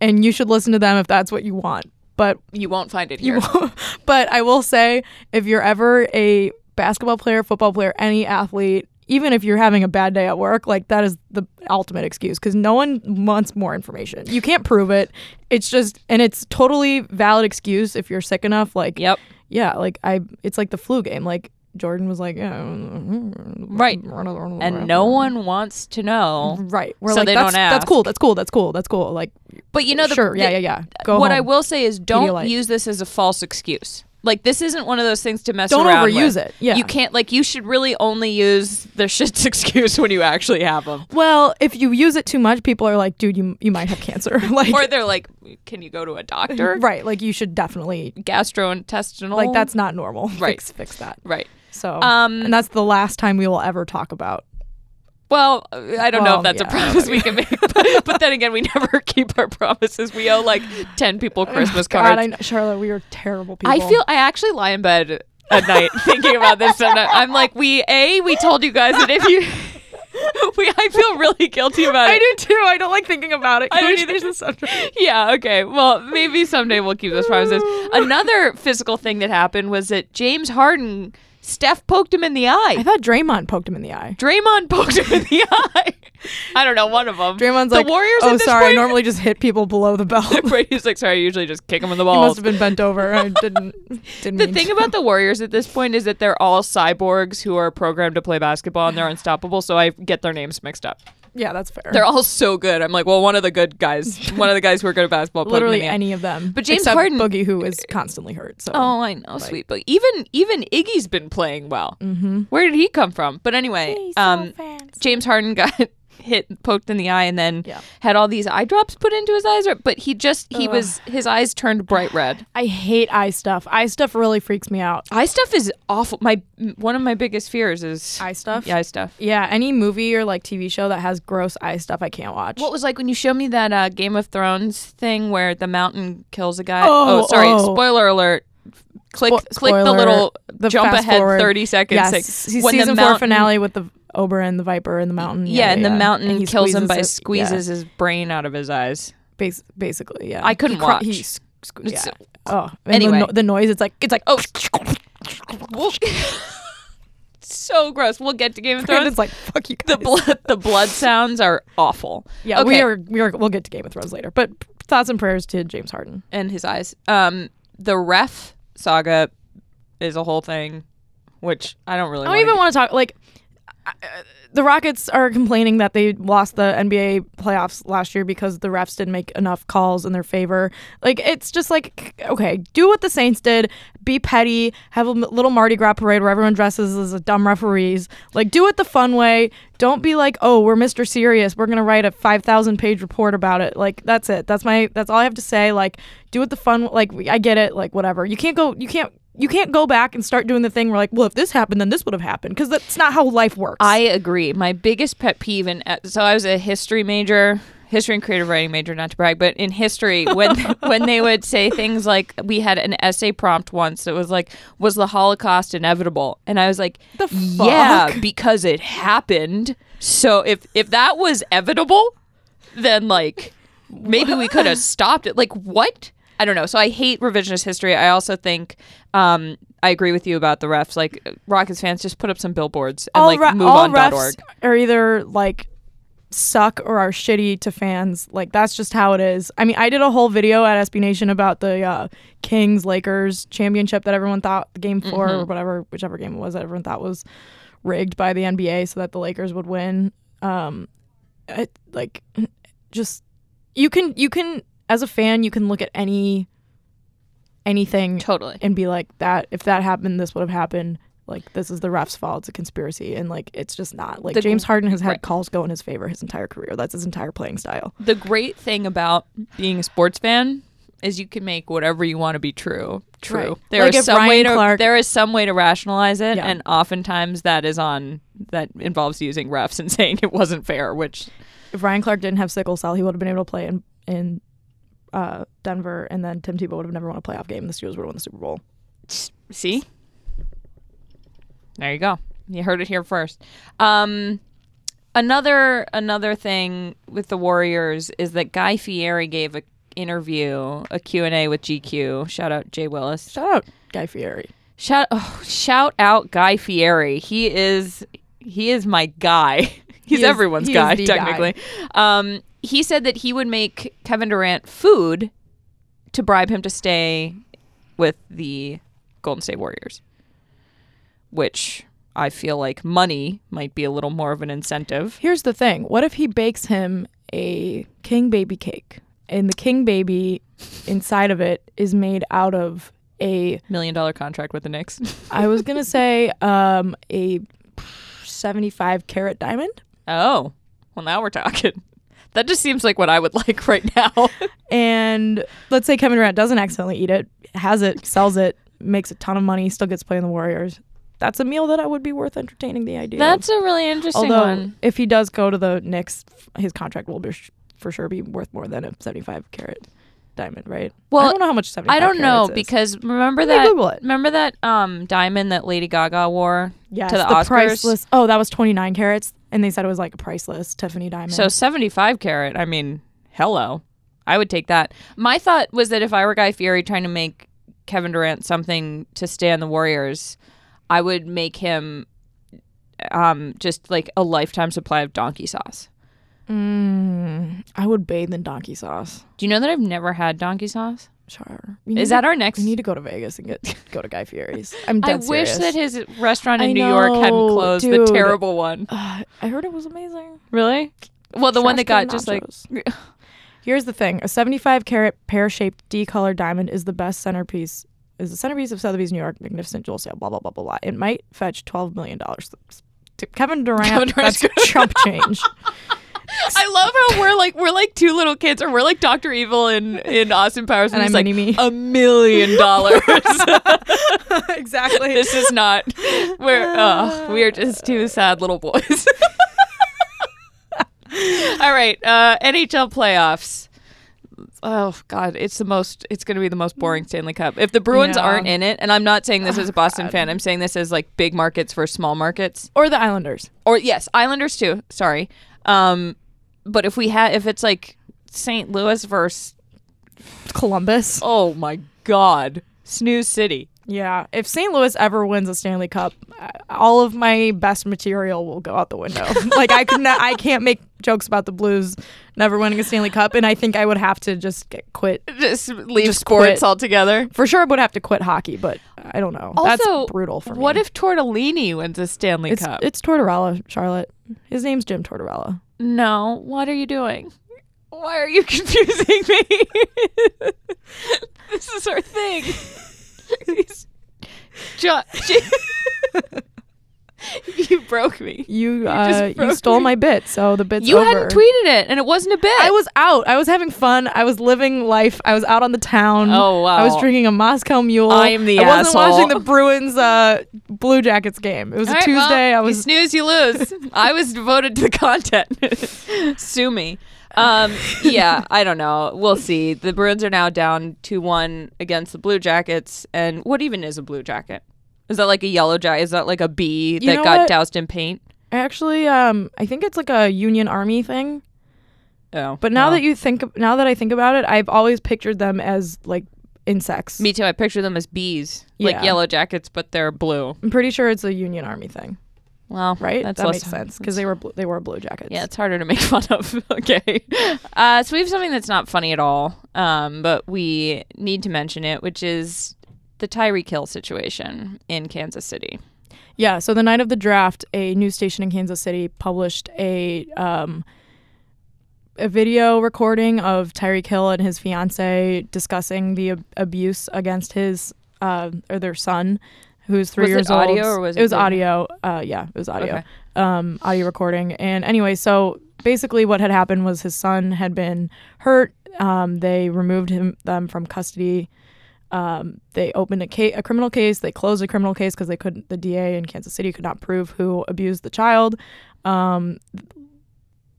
S2: and you should listen to them if that's what you want. But
S1: You won't find it here.
S2: you, but I will say, if you're ever a basketball player, football player, any athlete. Even if you're having a bad day at work, like that is the ultimate excuse because no one wants more information. You can't prove it. It's just, and it's totally valid excuse if you're sick enough. Like,
S1: Yep.
S2: yeah, like I, it's like the flu game. Like Jordan was like, yeah, mm,
S1: Right. And no one wants to know.
S2: right. We're
S1: So
S2: like,
S1: they
S2: that's,
S1: don't
S2: that's
S1: ask.
S2: cool. That's cool. That's cool. That's cool. Like,
S1: But you know, the,
S2: sure, yeah,
S1: the-
S2: yeah, yeah. Go
S1: what
S2: home.
S1: I will say is don't
S2: Pedialyte.
S1: use this as a false excuse. Like this isn't one of those things to mess
S2: Don't
S1: around.
S2: overuse
S1: with.
S2: it. Yeah.
S1: you can't. Like you should really only use the shit's excuse when you actually have them.
S2: Well, if you use it too much, people are like, dude, you you might have cancer. like,
S1: Or they're like, can you go to a doctor?
S2: right? Like, you should definitely
S1: Gastrointestinal.
S2: like that's not normal.
S1: Right.
S2: fix, fix that.
S1: right.
S2: So,
S1: Um,
S2: and that's the last time we will ever talk about.
S1: Well, uh, I don't know
S2: Well,
S1: if that's
S2: yeah,
S1: a promise we can make, but, but then again, we never keep our promises. We owe like ten people Christmas
S2: God,
S1: cards.
S2: I know, Charlotte, we are terrible people.
S1: I feel I actually lie in bed at night thinking about this. And I'm like, we a we told you guys that if you we I feel really guilty about it.
S2: I do too. I don't like thinking about it.
S1: I don't
S2: Cody,
S1: either.
S2: there's a subject.
S1: Yeah, okay. Well, maybe someday we'll keep those promises. Another physical thing that happened was that James Harden, Steph poked him in the
S2: I
S1: eye.
S2: thought Draymond poked him in the eye.
S1: Draymond poked him in the eye. I don't know, one of them.
S2: Draymond's
S1: the
S2: like,
S1: Warriors
S2: Oh,
S1: at this
S2: sorry. I
S1: point-
S2: normally just hit people below the belt. he
S1: Right, he's like, sorry, I usually just kick him in the
S2: must
S1: balls.
S2: have been bent over. I didn't. Didn't.
S1: The
S2: mean
S1: thing
S2: to.
S1: about the Warriors at this point is that they're all cyborgs who are programmed to play basketball and they're unstoppable, so I get their names mixed up.
S2: yeah, that's fair.
S1: They're all so good. I'm like, well, one of the good guys, one of the guys who are good at basketball, poked him in
S2: literally
S1: the eye.
S2: any of them.
S1: But James
S2: except
S1: Harden-
S2: Boogie, who is constantly hurt. So
S1: Oh, I know, sweet but Even even Iggy's been playing well. Mm-hmm. Where did he come from? But anyway, um, James Harden got hit, poked in the eye, and then
S2: Yeah.
S1: had all these eye drops put into his eyes. Or, but he just he was his eyes turned bright red.
S2: I hate eye stuff. Eye stuff really freaks me out.
S1: Eye stuff is awful. My one of my biggest fears is
S2: Eye stuff.
S1: eye stuff.
S2: Yeah, any movie or like TV show that has gross eye stuff, I can't watch.
S1: What was like when you showed me that uh, Game of Thrones thing where the mountain kills a guy?
S2: Oh,
S1: sorry,
S2: oh.
S1: spoiler alert. Click,
S2: Spo-
S1: click the
S2: spoiler,
S1: little
S2: the
S1: jump
S2: fast
S1: ahead
S2: forward.
S1: thirty seconds.
S2: yes,
S1: thing.
S2: se-
S1: When the
S2: season four
S1: mountain-
S2: finally with the Oberyn, the Viper, and the mountain.
S1: Yeah, and the mountain
S2: he
S1: kills him
S2: squeezes
S1: by
S2: it-
S1: squeezes his brain out of his eyes.
S2: Yeah, bas- basically, yeah.
S1: I couldn't
S2: he cro-
S1: watch.
S2: He s- sque-
S1: It's-
S2: yeah. Oh, and
S1: Anyway.
S2: the, no- the noise. It's like it's like oh,
S1: so gross. We'll get to Game of Thrones.
S2: it's like fuck you. Guys.
S1: the blood, the blood sounds are awful.
S2: yeah, we
S1: Okay.
S2: are we are we'll get to Game of Thrones later, but thoughts and prayers to James Harden.
S1: and his eyes. Um, the ref saga is a whole thing, which I don't really.
S2: I don't
S1: wanna
S2: even
S1: get-
S2: want to talk like. uh, The Rockets are complaining that they lost the NBA playoffs last year because the refs didn't make enough calls in their favor. Like it's just like okay, do what the Saints did, be petty, have a m- little Mardi Gras parade where everyone dresses as a dumb referees. Like do it the fun way. Don't be like, "Oh, we're Mr. Serious. We're going to write a 5,000-page report about it." Like that's it. That's my that's all I have to say. Like do it the fun like we- I get it, like whatever. You can't go you can't you can't go back and start doing the thing where like, well, if this happened, then this would have happened because that's not how life works.
S1: I agree. My biggest pet peeve, and uh, so I was a history major, history and creative writing major, not to brag, but in history, when when they would say things like, we had an essay prompt once that was like, "Was the Holocaust inevitable?" and I was like,
S2: The
S1: "Yeah,
S2: fuck?"
S1: because it happened." So if if that was evitable, then like maybe we could have stopped it. Like what? I don't know. So I hate revisionist history. I also think um, I agree with you about the refs. Like Rockets fans, just put up some billboards and like
S2: re-
S1: moveon.org.
S2: are either like suck or are shitty to fans. Like that's just how it is. I mean, I did a whole video at SB Nation about the uh, Kings Lakers championship that everyone thought game 4
S1: Mm-hmm.
S2: or whatever, whichever game it was, that everyone thought was rigged by the NBA so that the Lakers would win. Um, it, like, just you can you can as a fan you can look at any anything
S1: Totally.
S2: and be like that if that happened this would have happened like this is the ref's fault it's a conspiracy and like it's just not like
S1: The-
S2: james harden has had
S1: right.
S2: calls go in his favor his entire career that's his entire playing style
S1: The great thing about being a sports fan is you can make whatever you want to be true. True.
S2: Right.
S1: There
S2: Like
S1: is
S2: if
S1: some way
S2: Ryan
S1: to
S2: Clark-
S1: there is some way to rationalize it,
S2: Yeah.
S1: and oftentimes that is on that involves using refs and saying it wasn't fair, which
S2: if ryan clark didn't have sickle cell he would have been able to play in in uh, denver and then tim tebow would have never won a playoff game the steelers would have won the super bowl
S1: See? There you go. You heard it here first. Um, another another thing with the Warriors is that Guy Fieri gave a interview, a Q&A with GQ. Shout out Jay Willis.
S2: shout out guy fieri
S1: Shout oh, shout out Guy Fieri. He is he is my guy. He's
S2: He is-
S1: everyone's
S2: he is
S1: guy
S2: the guy.
S1: technically. Um, he said that he would make Kevin Durant food to bribe him to stay with the Golden State Warriors. Which I feel like money might be a little more of an incentive.
S2: here's the thing what if he bakes him a king baby cake and the king baby inside of it is made out of a
S1: Million dollar contract with the Knicks.
S2: I was gonna say um, a seventy-five carat diamond,
S1: oh, well, now we're talking. That just seems like what I would like right now.
S2: and let's say Kevin Durant doesn't accidentally eat it, has it, sells it, makes a ton of money, still gets to play in the Warriors. That's a meal that I would be worth entertaining the idea. of.
S1: a really interesting
S2: although if he does go to the Knicks, f- his contract will be sh- for sure be worth more than a seventy-five carat diamond, right?
S1: Well,
S2: I don't know how much seventy-five.
S1: I don't know
S2: carats is.
S1: because remember
S2: Let me
S1: that
S2: Google it.
S1: remember that um diamond that Lady Gaga wore
S2: Yes,
S1: to the,
S2: the,
S1: Oscars.
S2: priceless. Oh, that was 29 carats, and they said it was like a priceless Tiffany diamond.
S1: So 75 carat, I mean, hello. I would take that. My thought was that if I were Guy Fieri trying to make Kevin Durant something to stay on the Warriors, I would make him um just like a lifetime supply of donkey sauce.
S2: mm, I would bathe in donkey sauce.
S1: Do you know that I've never had donkey sauce?
S2: Sure. We need
S1: Is
S2: to-
S1: that our next
S2: We need to go to Vegas and get go to Guy Fieri's. I'm
S1: I
S2: dead
S1: wish that
S2: serious.
S1: his restaurant in
S2: I
S1: New York hadn't
S2: know,
S1: closed
S2: dude.
S1: the terrible one.
S2: Ugh, I heard it was amazing.
S1: Really? Well, the one that
S2: Trash
S1: got
S2: can
S1: just like
S2: nachos. Here's the thing: a 75 carat pear-shaped D-color diamond is the best centerpiece. Is the centerpiece of Sotheby's New York magnificent jewel sale. Blah blah blah blah blah. It might fetch 12 million dollars. Kevin Durant.
S1: Kevin Durant's
S2: that's chump change.
S1: I love how we're like we're like two little kids, or we're like Doctor Evil in in Austin Powers,
S2: And
S1: he's
S2: I'm
S1: like
S2: Mini-Me.
S1: a million dollars.
S2: exactly.
S1: this is not. We're oh, we are just two sad little boys. All right, uh, NHL playoffs. Oh God, it's the most. It's going to be the most boring Stanley Cup if the Bruins
S2: Yeah.
S1: aren't in it. And I'm not saying this as a Boston fan. I'm saying this as like big markets versus small markets.
S2: or the Islanders.
S1: or yes, Islanders too. Sorry, um, but if we had, if it's like St. Louis versus,
S2: Columbus.
S1: oh my God, Snooze City.
S2: Yeah. If St. Louis ever wins a Stanley Cup, uh, all of my best material will go out the window. like I could not, I can't make jokes about the Blues never winning a Stanley Cup and I think I would have to just get quit.
S1: Just leave
S2: Just
S1: sports
S2: quit.
S1: altogether.
S2: For sure I would have to quit hockey, but I don't know.
S1: Also,
S2: That's brutal for me.
S1: What if Tortellini wins a Stanley
S2: it's,
S1: Cup?
S2: it's Tortorella, Charlotte. His name's Jim Tortorella.
S1: no, what are you doing? Why are you confusing me? this is our thing. He's- Jo- you broke me.
S2: You
S1: just
S2: uh, you,
S1: broke
S2: stole
S1: me.
S2: my bit, so the bit's
S1: You
S2: over.
S1: hadn't tweeted it, and it wasn't a bit.
S2: I was out. I was having fun. I was living life. I was out on the town.
S1: Oh, wow.
S2: I was drinking a Moscow Mule.
S1: I am the
S2: I wasn't
S1: asshole.
S2: watching the Bruins uh, Blue Jackets game. It was a
S1: All right, well,
S2: Tuesday. I
S1: you
S2: was
S1: snooze, you lose. I was devoted to the content. Sue me. Um, yeah, I don't know. We'll see. The Bruins are now down two one against the Blue Jackets. And what even is a Blue Jacket? Is that like a yellow jacket? Is that like a bee
S2: You
S1: that
S2: know
S1: got
S2: what?
S1: doused in paint?
S2: actually. Um, I think it's like a Union Army thing.
S1: Oh,
S2: But now that you think, now that I think about it, I've always pictured them as like insects.
S1: me too, I picture them as bees, like
S2: Yeah.
S1: yellow jackets, but they're blue.
S2: I'm pretty sure it's a Union Army thing,
S1: Well,
S2: right?
S1: That's
S2: that
S1: less-
S2: makes sense because they were blue, they were Blue Jackets.
S1: Yeah, it's harder to make fun of. okay. Uh, so we have something that's not funny at all, um, but we need to mention it, which is the Tyree Kill situation in Kansas City.
S2: Yeah. So the night of the draft, a news station in Kansas City published a um, a video recording of Tyreek Hill and his fiance discussing the ab- abuse against his uh, or their son, who's three
S1: Was it
S2: years old.
S1: audio or was it
S2: was
S1: video?
S2: audio? Uh, yeah, it was audio.
S1: Okay.
S2: Um, audio recording. And anyway, so basically, what had happened was his son had been hurt. Um, they removed him them from custody um, they opened a, ca- a criminal case. They closed a criminal case because they couldn't. The DA in Kansas City could not prove who abused the child. Um,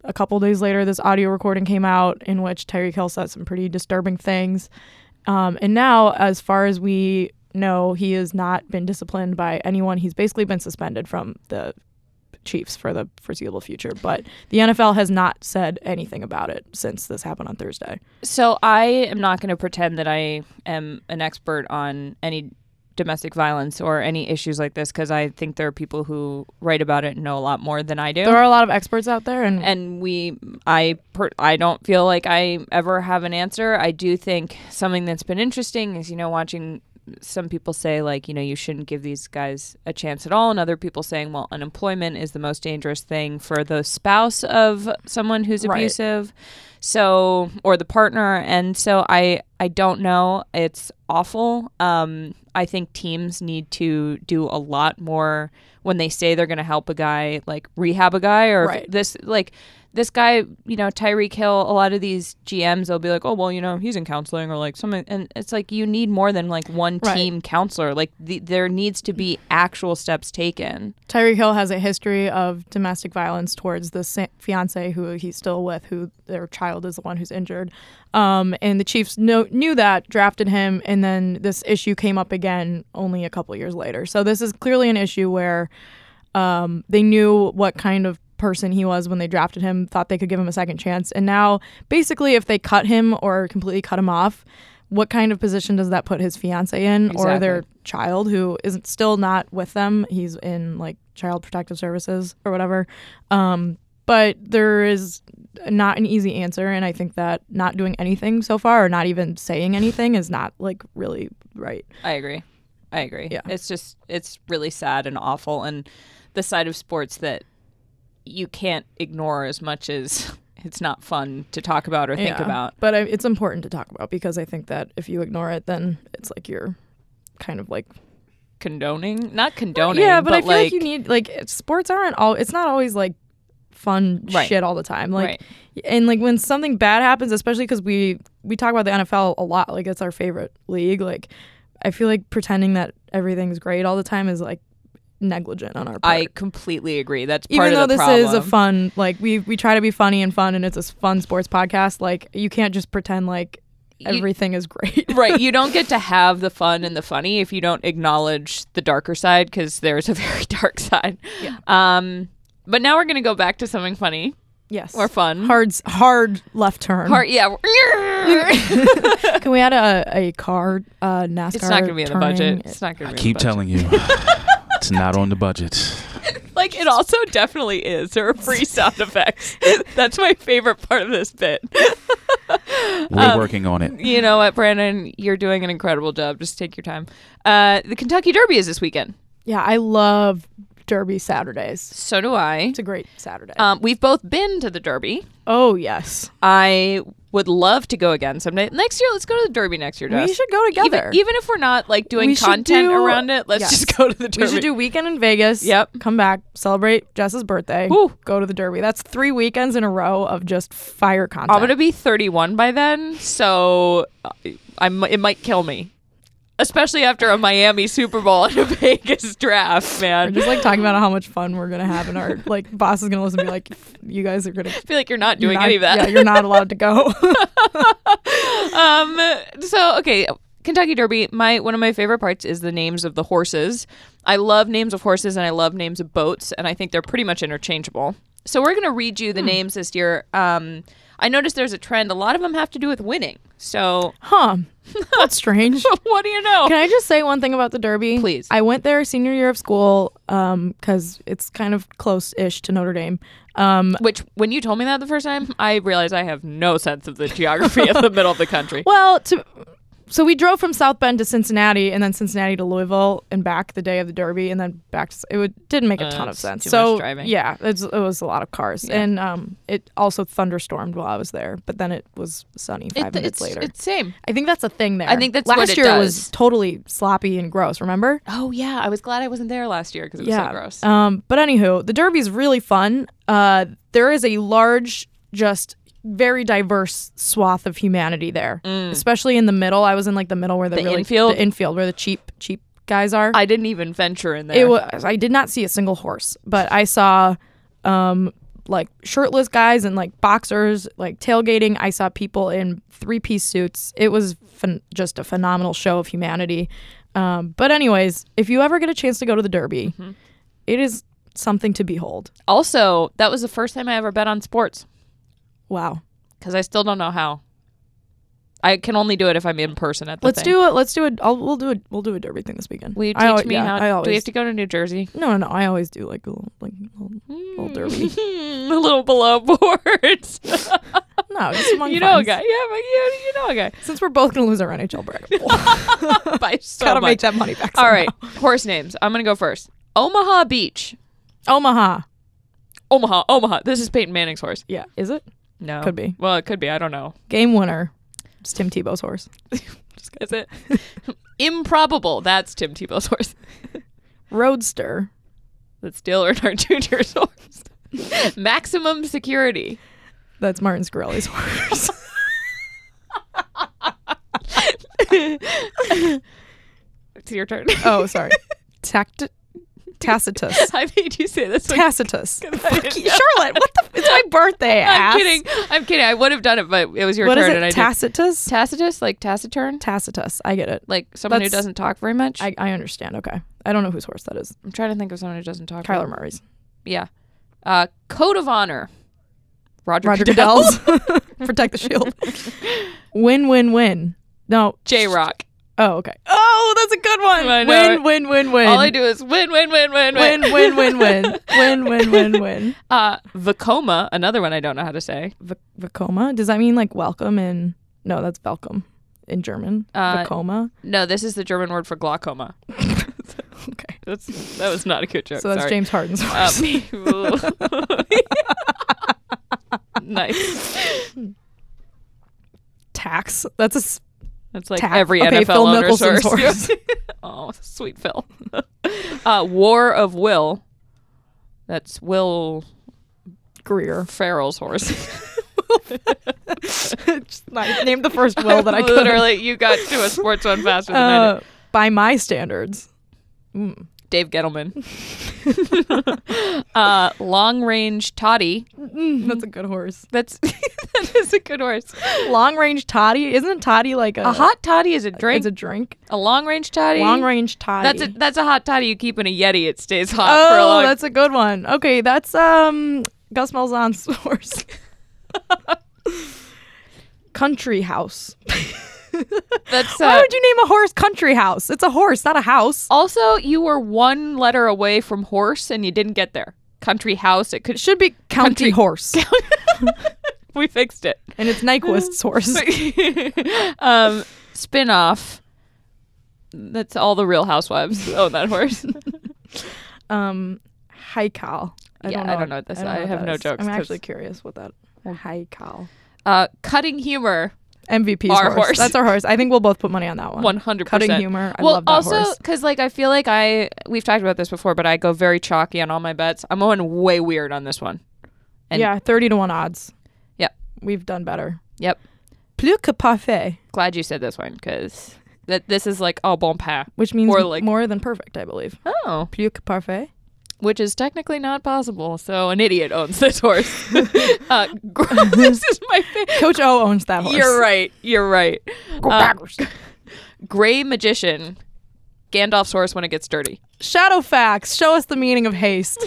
S2: a couple days later, this audio recording came out in which Tyreek Hill said some pretty disturbing things. Um, and now, as far as we know, he has not been disciplined by anyone. He's basically been suspended from the Chiefs for the foreseeable future. But the NFL has not said anything about it since this happened on Thursday.
S1: So I am not going to pretend that I am an expert on any domestic violence or any issues like this because I think there are people who write about it and know a lot more than I do.
S2: There are a lot of experts out there, and
S1: and we i per, i don't feel like i ever have an answer i do think something that's been interesting is you know watching some people say like you know you shouldn't give these guys a chance at all and other people saying well unemployment is the most dangerous thing for the spouse of someone who's
S2: Right.
S1: abusive so or the partner and so i i don't know it's awful um i think teams need to do a lot more when they say they're going to help a guy like rehab a guy or if
S2: Right.
S1: this like this guy you know tyreek hill a lot of these gms will be like oh well you know he's in counseling or like something and it's like you need more than like one
S2: Right.
S1: team counselor like the, there needs to be actual steps taken
S2: Tyreek Hill has a history of domestic violence towards the sa- fiance who he's still with, who their child is the one who's injured. Um, and the Chiefs know, knew that, drafted him, and then this issue came up again only a couple years later. So this is clearly an issue where um, they knew what kind of person he was when they drafted him, thought they could give him a second chance. And now, basically, if they cut him or completely cut him off, what kind of position does that put his fiance in or their child who isn't still not with them? He's in like child protective services or whatever. Um, but there is not an easy answer. And I think that not doing anything so far or not even saying anything is not like really right.
S1: I agree. I agree.
S2: Yeah.
S1: It's just it's really sad and awful and the side of sports that you can't ignore as much as it's not fun to talk about or think
S2: Yeah.
S1: about.
S2: But I, it's important to talk about because I think that if you ignore it, then it's like you're kind of like
S1: Condoning? Not condoning.
S2: yeah. But, I feel like,
S1: like
S2: you need like it- sports aren't all. It's not always like fun
S1: Right.
S2: shit all the time. Like
S1: Right.
S2: and like when something bad happens, especially because we we talk about the NFL a lot. Like it's our favorite league. Like I feel like pretending that everything's great all the time is like negligent on our part.
S1: I completely agree. That's part
S2: even
S1: of
S2: though
S1: the
S2: this
S1: problem.
S2: is a fun like we we try to be funny and fun and it's a s- fun sports podcast like you can't just pretend like
S1: You-
S2: everything is great
S1: right, you don't get to have the fun and the funny if you don't acknowledge the darker side because there's a very dark side.
S2: Yeah.
S1: Um but now we're going to go back to something funny
S2: yes
S1: or fun.
S2: hard s- hard left turn
S1: Part, yeah.
S2: can we add a, a car uh nascar
S1: it's not going to be in the
S2: turning?
S1: budget. It's not going to be in
S3: I
S1: the
S3: keep
S1: budget.
S3: telling you, it's not on the budget.
S1: Like it also definitely is. There are free sound effects. That's my favorite part of this bit.
S3: We're
S1: Um,
S3: working on it.
S1: You know what, Brandon? You're doing an incredible job. Just take your time. Uh, the Kentucky Derby is this weekend.
S2: yeah i love derby saturdays
S1: So do I.
S2: it's a great saturday
S1: Um, we've both been to the Derby.
S2: oh yes
S1: I would love to go again someday. Next year, let's go to the Derby next year, Jess.
S2: we should go
S1: Even-
S2: together
S1: Even, if we're not like doing
S2: We should
S1: content
S2: do-
S1: around it, let's
S2: Yes.
S1: just go to the Derby.
S2: we should do weekend in Vegas.
S1: Yep.
S2: Come back, celebrate Jess's birthday.
S1: Woo.
S2: Go to the Derby. That's three weekends in a row of just fire content.
S1: I'm gonna be 31 by then, so uh, I, I'm, it might kill me, especially after a Miami Super Bowl and a Vegas draft,
S2: We're
S1: man.
S2: just like talking about how much fun we're gonna have, and our like boss is gonna listen and be like, "You guys are gonna
S1: I feel like you're not
S2: you're
S1: doing
S2: not-
S1: any of
S2: Yeah,
S1: that.
S2: you're not allowed to go.
S1: Um, so okay, Kentucky Derby. My one of my favorite parts is the names of the horses. I love names of horses and I love names of boats, and I think they're pretty much interchangeable. So we're gonna read you the names this year. Um, I noticed there's a trend. A lot of them have to do with winning. So
S2: huh? That's strange.
S1: what do you know?
S2: Can I just say one thing about the Derby?
S1: Please.
S2: I went there senior year of school because it's kind of close-ish to Notre Dame. Um,
S1: Which, when you told me that the first time, I realized I have no sense of the geography of the middle of the country.
S2: Well, to so we drove from South Bend to Cincinnati, and then Cincinnati to Louisville, and back the day of the Derby, and then back. To, it would, didn't make a
S1: Uh,
S2: ton of
S1: it's
S2: sense.
S1: too
S2: so
S1: much driving.
S2: yeah, it's, it was a lot of cars, and um, it also thunderstormed while I was there, but then it was sunny five
S1: It,
S2: minutes
S1: it's
S2: later.
S1: it's same.
S2: I think that's a thing there.
S1: I think that's
S2: last
S1: what it
S2: year
S1: does.
S2: was totally sloppy and gross. Remember?
S1: Oh yeah, I was glad I wasn't there last year because it was so gross.
S2: Um, but anywho, the Derby's really fun. Uh, there is a large, just very diverse swath of humanity there, especially in the middle. I was in like the middle where the,
S1: Mm. The
S2: really,
S1: infield?
S2: the infield where the cheap, cheap guys are.
S1: I didn't even venture in there.
S2: it was. I did not see a single horse, but I saw, um, like shirtless guys and like boxers, like tailgating. I saw people in three piece suits. It was phen just a phenomenal show of humanity. Um, but anyways, if you ever get a chance to go to the Derby
S1: Mm-hmm.
S2: it is something to behold.
S1: also, that was the first time I ever bet on sports
S2: Wow.
S1: because I still don't know how. I can only do it if I'm in person at the
S2: Let's
S1: thing.
S2: do it. Let's do it. I'll, we'll do it. We'll do a derby thing this weekend.
S1: Will you teach
S2: I al-
S1: me
S2: yeah,
S1: how?
S2: I always,
S1: do we have to go to Hmm? New Jersey?
S2: No, no. I always do like a little, like a little, little derby.
S1: Hmm, a little below board.
S2: No, No, just among
S1: You know a
S2: friends.
S1: guy. Yeah, but you, you know a guy.
S2: Since we're both gonna lose our NHL bracket, pool,
S1: By so
S2: gotta
S1: much.
S2: make that money back.
S1: All
S2: somehow.
S1: right, horse names. I'm gonna go first. Omaha Beach.
S2: Omaha.
S1: Omaha, Omaha. This is Peyton Manning's horse.
S2: Yeah, is it
S1: No,
S2: Could be.
S1: Well, it could be. I don't know.
S2: game winner? It's Tim Tebow's horse.
S1: Is it improbable? That's Tim Tebow's horse.
S2: Roadster.
S1: That's Dale Earnhardt Jr.'s horse. Maximum security.
S2: That's Martin Scorsese horse.
S1: It's your turn.
S2: oh, sorry. Tact- Tacitus.
S1: I made you say this. One.
S2: Tacitus.
S1: I didn't know.
S2: Charlotte, what the? F- it's my birthday.
S1: I'm
S2: ass.
S1: kidding. I'm kidding. I would have done it, but it was your
S2: What is
S1: turn,
S2: it?
S1: and I did.
S2: Tacitus.
S1: Tacitus, like taciturn,
S2: Tacitus. I get it.
S1: like someone who
S2: That's-
S1: doesn't talk very much. I,
S2: I, I understand. Okay. I don't know whose horse that is.
S1: am trying to think of someone who doesn't talk.
S2: Kyler Murray's.
S1: Yeah. Uh, code of honor. Roger,
S2: Roger
S1: Goodell.
S2: Goodell's. Protect the shield. win, win, win. No.
S1: J Rock.
S2: Oh, okay. Oh, that's a good one.
S1: I know it.
S2: Win, win, win, win.
S1: All I do is win, win, win, win,
S2: win,
S1: win.
S2: win, win, win, win, win, win, win.
S1: Uh, Vacoma, another one I don't know how to say.
S2: V- Vekoma? Does that mean like welcome in? No, that's welcome in German.
S1: Uh,
S2: Vekoma.
S1: No, this is the German word for glaucoma.
S2: Okay,
S1: That's that was not a good joke.
S2: so that's
S1: sorry.
S2: James Harden's
S1: Uh,
S2: horse.
S1: nice.
S2: tax. That's a s-
S1: That's like
S2: tax.
S1: every
S2: okay,
S1: NFL
S2: Phil
S1: owner's
S2: Mickelson's
S1: horse. oh, sweet Phil. uh, War of Will. That's Will
S2: Greer.
S1: Farrell's horse.
S2: Just- I named the first will that I could.
S1: literally you got to a sports one faster than I did.
S2: Uh, by my standards,
S1: Dave Gettleman. uh, long range toddy.
S2: Mm, that's a good horse.
S1: That's that is a good horse.
S2: Long range toddy isn't toddy like a,
S1: A hot toddy is a drink.
S2: It's a drink.
S1: a long range toddy.
S2: Uh, Long range toddy.
S1: That's a that's a hot toddy you keep in a yeti. It stays hot for a
S2: oh,
S1: long.
S2: that's a good one. Okay, that's um Gus Malzahn's horse. country house.
S1: that's
S2: Why
S1: uh,
S2: would you name a horse country house? It's a horse, not a house.
S1: also you were one letter away from horse and you didn't get there. Country house. It
S2: It
S1: could.
S2: should be county
S1: Country.
S2: horse,
S1: We fixed it.
S2: and it's Nyquist's horse.
S1: um, spin off. That's all the Real Housewives own that horse.
S2: Um, Haikal.
S1: Yeah, I don't know what this- I
S2: what
S1: have
S2: that
S1: no
S2: is.
S1: jokes
S2: I'm
S1: 'cause-
S2: actually curious what that. Haikal.
S1: Uh, cutting humor.
S2: MVP's
S1: Our
S2: horse.
S1: horse.
S2: That's our horse. I think we'll both put money on that one.
S1: One hundred percent.
S2: Cutting humor. I
S1: well,
S2: love that
S1: also
S2: horse.
S1: because like I feel like I we've talked about this before, but I go very chalky on all my bets. I'm going way weird on this one. and-
S2: yeah, thirty to one odds.
S1: Yep.
S2: we've done better.
S1: Yep.
S2: Plus que parfait,
S1: Glad you said this one because that this is like au bon pas.
S2: which means
S1: Or like-
S2: more than perfect, I believe.
S1: Oh,
S2: Plus que parfait.
S1: which is technically not possible. So an idiot owns this horse. uh, gr- this is my favorite.
S2: Coach O owns that horse.
S1: You're right. You're right. Uh, gray magician. Gandalf's horse when it gets dirty.
S2: Shadow facts. Show us the meaning of haste.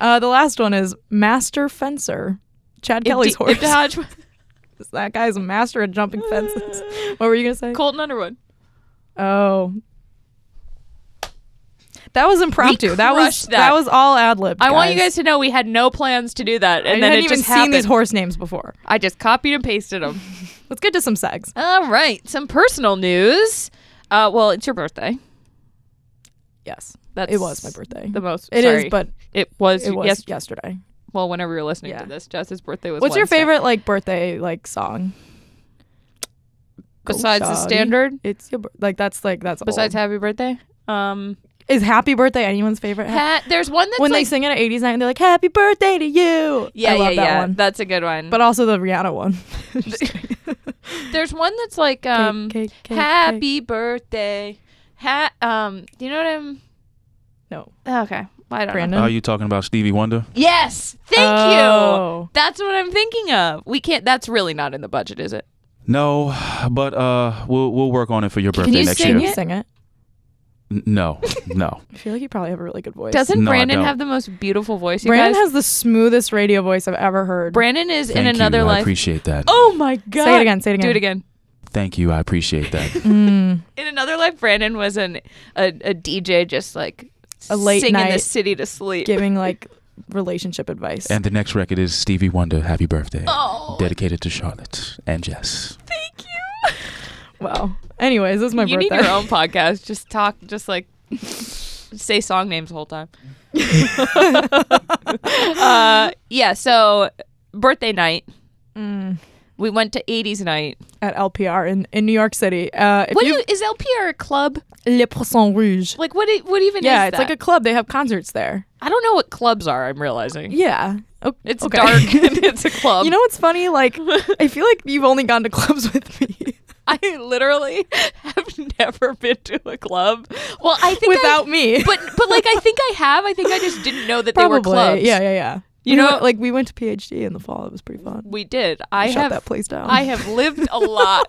S2: uh, the last one is master fencer. Chad Kelly's
S1: Ibdi-
S2: horse.
S1: Ibdi Hodge-
S2: that guy's a master at jumping fences. what were you gonna say?
S1: Colton Underwood.
S2: Oh. That was impromptu. That was
S1: crushed
S2: that.
S1: that.
S2: was all ad lib.
S1: I want you guys to know we had no plans to do that, and
S2: I
S1: then
S2: hadn't
S1: it
S2: even
S1: just
S2: seen
S1: happened.
S2: these horse names before.
S1: I just copied and pasted them.
S2: Let's get to some segs.
S1: All right, some personal news. Uh, well, it's your birthday.
S2: Yes,
S1: That's
S2: it was my birthday.
S1: The most.
S2: It is,
S1: sorry.
S2: but
S1: it was.
S2: it was
S1: Yes.
S2: yesterday.
S1: Well, whenever you're listening
S2: Yeah.
S1: to this, Jess's birthday was.
S2: What's your
S1: Wednesday.
S2: favorite like birthday like song? Go
S1: besides the
S2: Shawty.
S1: standard?
S2: It's your bir- like that's like that's
S1: Besides
S2: old.
S1: Happy Birthday. Um,
S2: is Happy Birthday anyone's favorite? Ha-
S1: ha- there's one that's
S2: when
S1: like,
S2: they sing it at 80s night and they're like Happy Birthday to you.
S1: yeah,
S2: I
S1: yeah,
S2: love that
S1: yeah.
S2: one.
S1: That's a good one.
S2: But also the Rihanna one. Just kidding.
S1: there's one that's like um,
S2: cake, cake,
S1: Happy Birthday. Ha- um, do you know what I'm? Oh,
S2: no,
S1: Okay, Well, I don't know.
S2: Brandon.
S3: Are Oh, you talking about Stevie Wonder?
S1: Yes, thank you.
S2: Oh.
S1: That's what I'm thinking of. We can't. That's really not in the budget, is it?
S3: No, but uh, we'll we'll work on it for your birthday
S1: you
S3: next
S1: sing
S3: year.
S1: it?
S2: Sing it.
S3: N- No, no.
S2: I feel like you probably have a really good voice.
S1: Doesn't
S3: No, I
S1: Brandon
S3: don't.
S1: have the most beautiful voice? You
S2: Brandon
S1: guys,
S2: has the smoothest radio voice I've ever heard.
S1: Brandon is
S3: Thank
S1: in another
S3: you. I
S1: life.
S3: appreciate that.
S1: oh my god!
S2: say it again. Say it again.
S1: Do it again.
S3: Thank you. I appreciate that.
S2: Mm.
S1: In another life, Brandon was an a, a DJ, just like
S2: A late
S1: singing the
S2: night
S1: city to sleep.
S2: giving like relationship advice.
S3: And the next record is Stevie Wonder, Happy Birthday,
S1: Oh.
S3: dedicated to Charlotte and Jess.
S1: Thank you.
S2: wow. Anyways, this is my
S1: you
S2: birthday.
S1: need your own podcast. Just talk, just like say song names the whole time. uh, yeah. So birthday night,
S2: Mm.
S1: we went to 80s night.
S2: at LPR in, in New York City. Uh, if
S1: What do
S2: you
S1: you, is LPR a club?
S2: Le Poisson Rouge.
S1: Like what? e- What even?
S2: Yeah,
S1: is
S2: it's like a club. They have concerts there.
S1: I don't know what clubs are. I'm realizing
S2: Yeah. O-
S1: it's
S2: okay.
S1: dark and it's a club.
S2: you know what's funny? Like, I feel like you've only gone to clubs with me
S1: I literally have never been to a club. Well, I think I-
S2: without me.
S1: but but like I think I have. I think I just didn't know that
S2: Probably.
S1: they were clubs.
S2: Yeah, yeah, yeah.
S1: You
S2: We
S1: know-
S2: went- like we went to PhD in the fall. It was pretty fun.
S1: we did. I
S2: We shut
S1: have
S2: that place down.
S1: I have lived a lot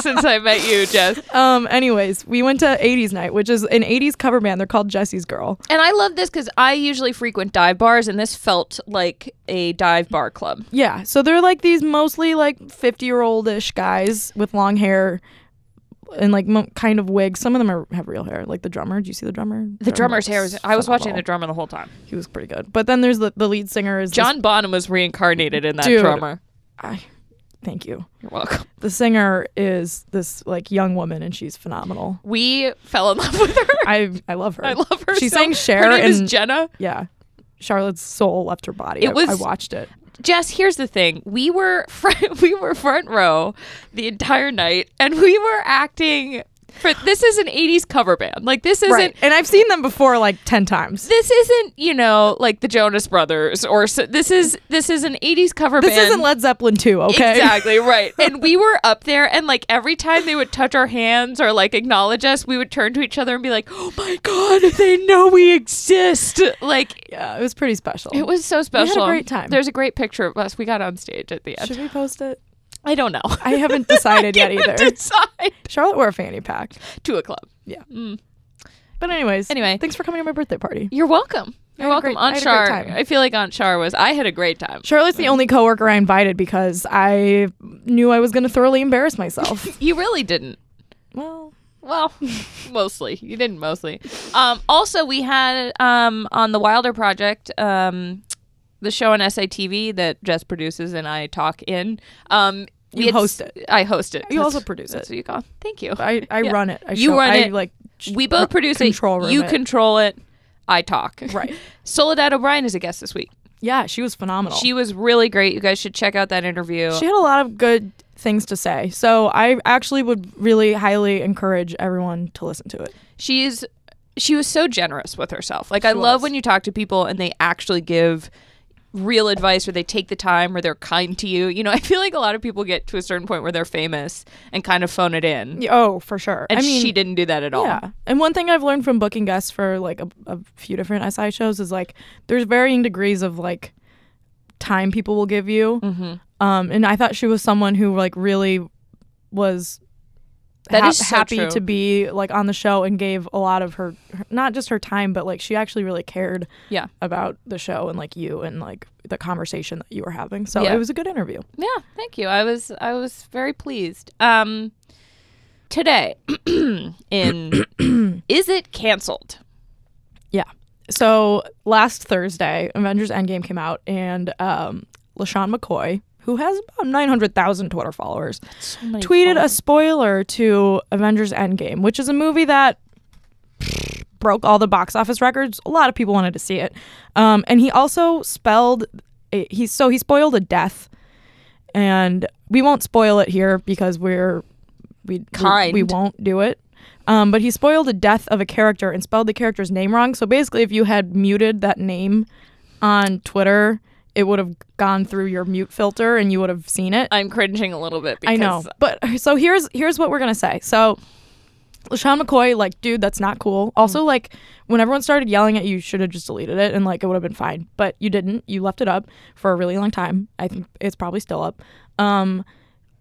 S1: since I met you, Jess.
S2: Um. Anyways, we went to '80s night, which is an '80s cover band. They're called Jesse's Girl.
S1: And I love this because I usually frequent dive bars, and this felt like a dive bar club.
S2: Yeah. So they're like these mostly like 50 year old ish guys with long hair and like mo- kind of wigs. Some of them are, have real hair. Like the drummer. Do you see the drummer?
S1: The drummer's hair was. I was watching the
S2: phenomenal.
S1: drummer the whole time.
S2: He was pretty good. But then there's the, the lead singer is this-
S1: John Bonham was reincarnated in that
S2: Dude.
S1: drummer.
S2: I, thank you.
S1: You're welcome.
S2: The singer is this like young woman and she's phenomenal.
S1: We fell in love with her.
S2: I I love her.
S1: I love her.
S2: She
S1: so-
S2: sang Cher
S1: Her name
S2: and-
S1: is Jenna.
S2: yeah. Charlotte's soul left her body.
S1: It
S2: I-
S1: was-
S2: I watched it.
S1: Jess, here's the thing. We were front, we were front row the entire night and we were acting for this is an 80s cover band. Like this isn't
S2: Right. And I've seen them before like 10 times.
S1: this isn't, you know, like the Jonas Brothers or so, this is this is an 80s cover
S2: This
S1: band.
S2: isn't Led Zeppelin 2, okay?
S1: Exactly, right. And we were up there and like every time they would touch our hands or like acknowledge us, we would turn to each other and be like, "Oh my god, they know we exist." Like
S2: Yeah, it was pretty special.
S1: it was so
S2: had a
S1: special.
S2: great time.
S1: There's a great picture of us. We got on stage at the end.
S2: Should we post it?
S1: I don't know.
S2: I haven't decided yet either.
S1: decide
S2: Charlotte wore a fanny pack.
S1: to a club.
S2: But anyways,
S1: Anyway.
S2: thanks for coming to my birthday party.
S1: You're welcome. You're
S2: had a
S1: welcome.
S2: great- I
S1: Aunt
S2: had a great
S1: Char.
S2: time.
S1: I feel like Aunt Char was. I had a great time.
S2: Charlotte's the only coworker I invited because I knew I was going to thoroughly embarrass myself.
S1: You really didn't.
S2: well,
S1: Well, mostly. You didn't mostly. Um, also, we had um, on the Wilder Project. Um, the show on SATV that Jess produces and I talk in. Um, we
S2: You
S1: had
S2: host
S1: s- I host it.
S2: You
S1: That's-
S2: also produce
S1: that's
S2: it.
S1: what you call. Thank you.
S2: I, I
S1: Yeah.
S2: run it. I
S1: You
S2: show,
S1: run
S2: I,
S1: it.
S2: like sh-
S1: we both
S2: pro-
S1: produce
S2: control
S1: it.
S2: room
S1: You
S2: it.
S1: control it. I talk.
S2: Right.
S1: Soledad O'Brien is a guest this week.
S2: Yeah, she was phenomenal.
S1: She was really great. You guys should check out that interview.
S2: Oh. she had a lot of good things to say. So I actually would really highly encourage everyone to listen to it.
S1: she's she was so generous with herself. Like I
S2: was.
S1: love when you talk to people and they actually give real advice or they take the time or they're kind to you. You know, I feel like a lot of people get to a certain point where they're famous and kind of phone it in.
S2: Yeah, Oh, for sure.
S1: And
S2: I mean,
S1: she didn't do that at all.
S2: Yeah. And one thing I've learned from booking guests for like a, a few different SI shows is like there's varying degrees of like time people will give you.
S1: Mm-hmm.
S2: Um, and I thought she was someone who like really was
S1: That is so
S2: happy
S1: true.
S2: to be like on the show and gave a lot of her, her not just her time but like she actually really cared
S1: Yeah.
S2: about the show and like you and like the conversation that you were having. So
S1: Yeah.
S2: it was a good interview.
S1: Yeah, thank you. I was I was very pleased. Um today in Is it canceled?
S2: So last Thursday, Avengers Endgame came out, and um, LaShawn McCoy, who has about 900,000 Twitter followers, tweeted a spoiler to Avengers Endgame, which is a movie that broke all the box office records. A lot of people wanted to see it. Um, and he also spelled, eh, he so he spoiled a death, and we won't spoil it here because we're we
S1: Kind.
S2: We, we won't do it. Um, but he spoiled a death of a character and spelled the character's name wrong. So basically, if you had muted that name on Twitter, it would have gone through your mute filter and you would have seen it.
S1: I'm cringing a little bit because
S2: I know. But so here's here's what we're gonna say. So LaShawn McCoy, like, dude, that's not cool. Also, like, when everyone started yelling at you, you should have just deleted it and like it would have been fine. But you didn't. You left it up for a really long time. I think it's probably still up. Um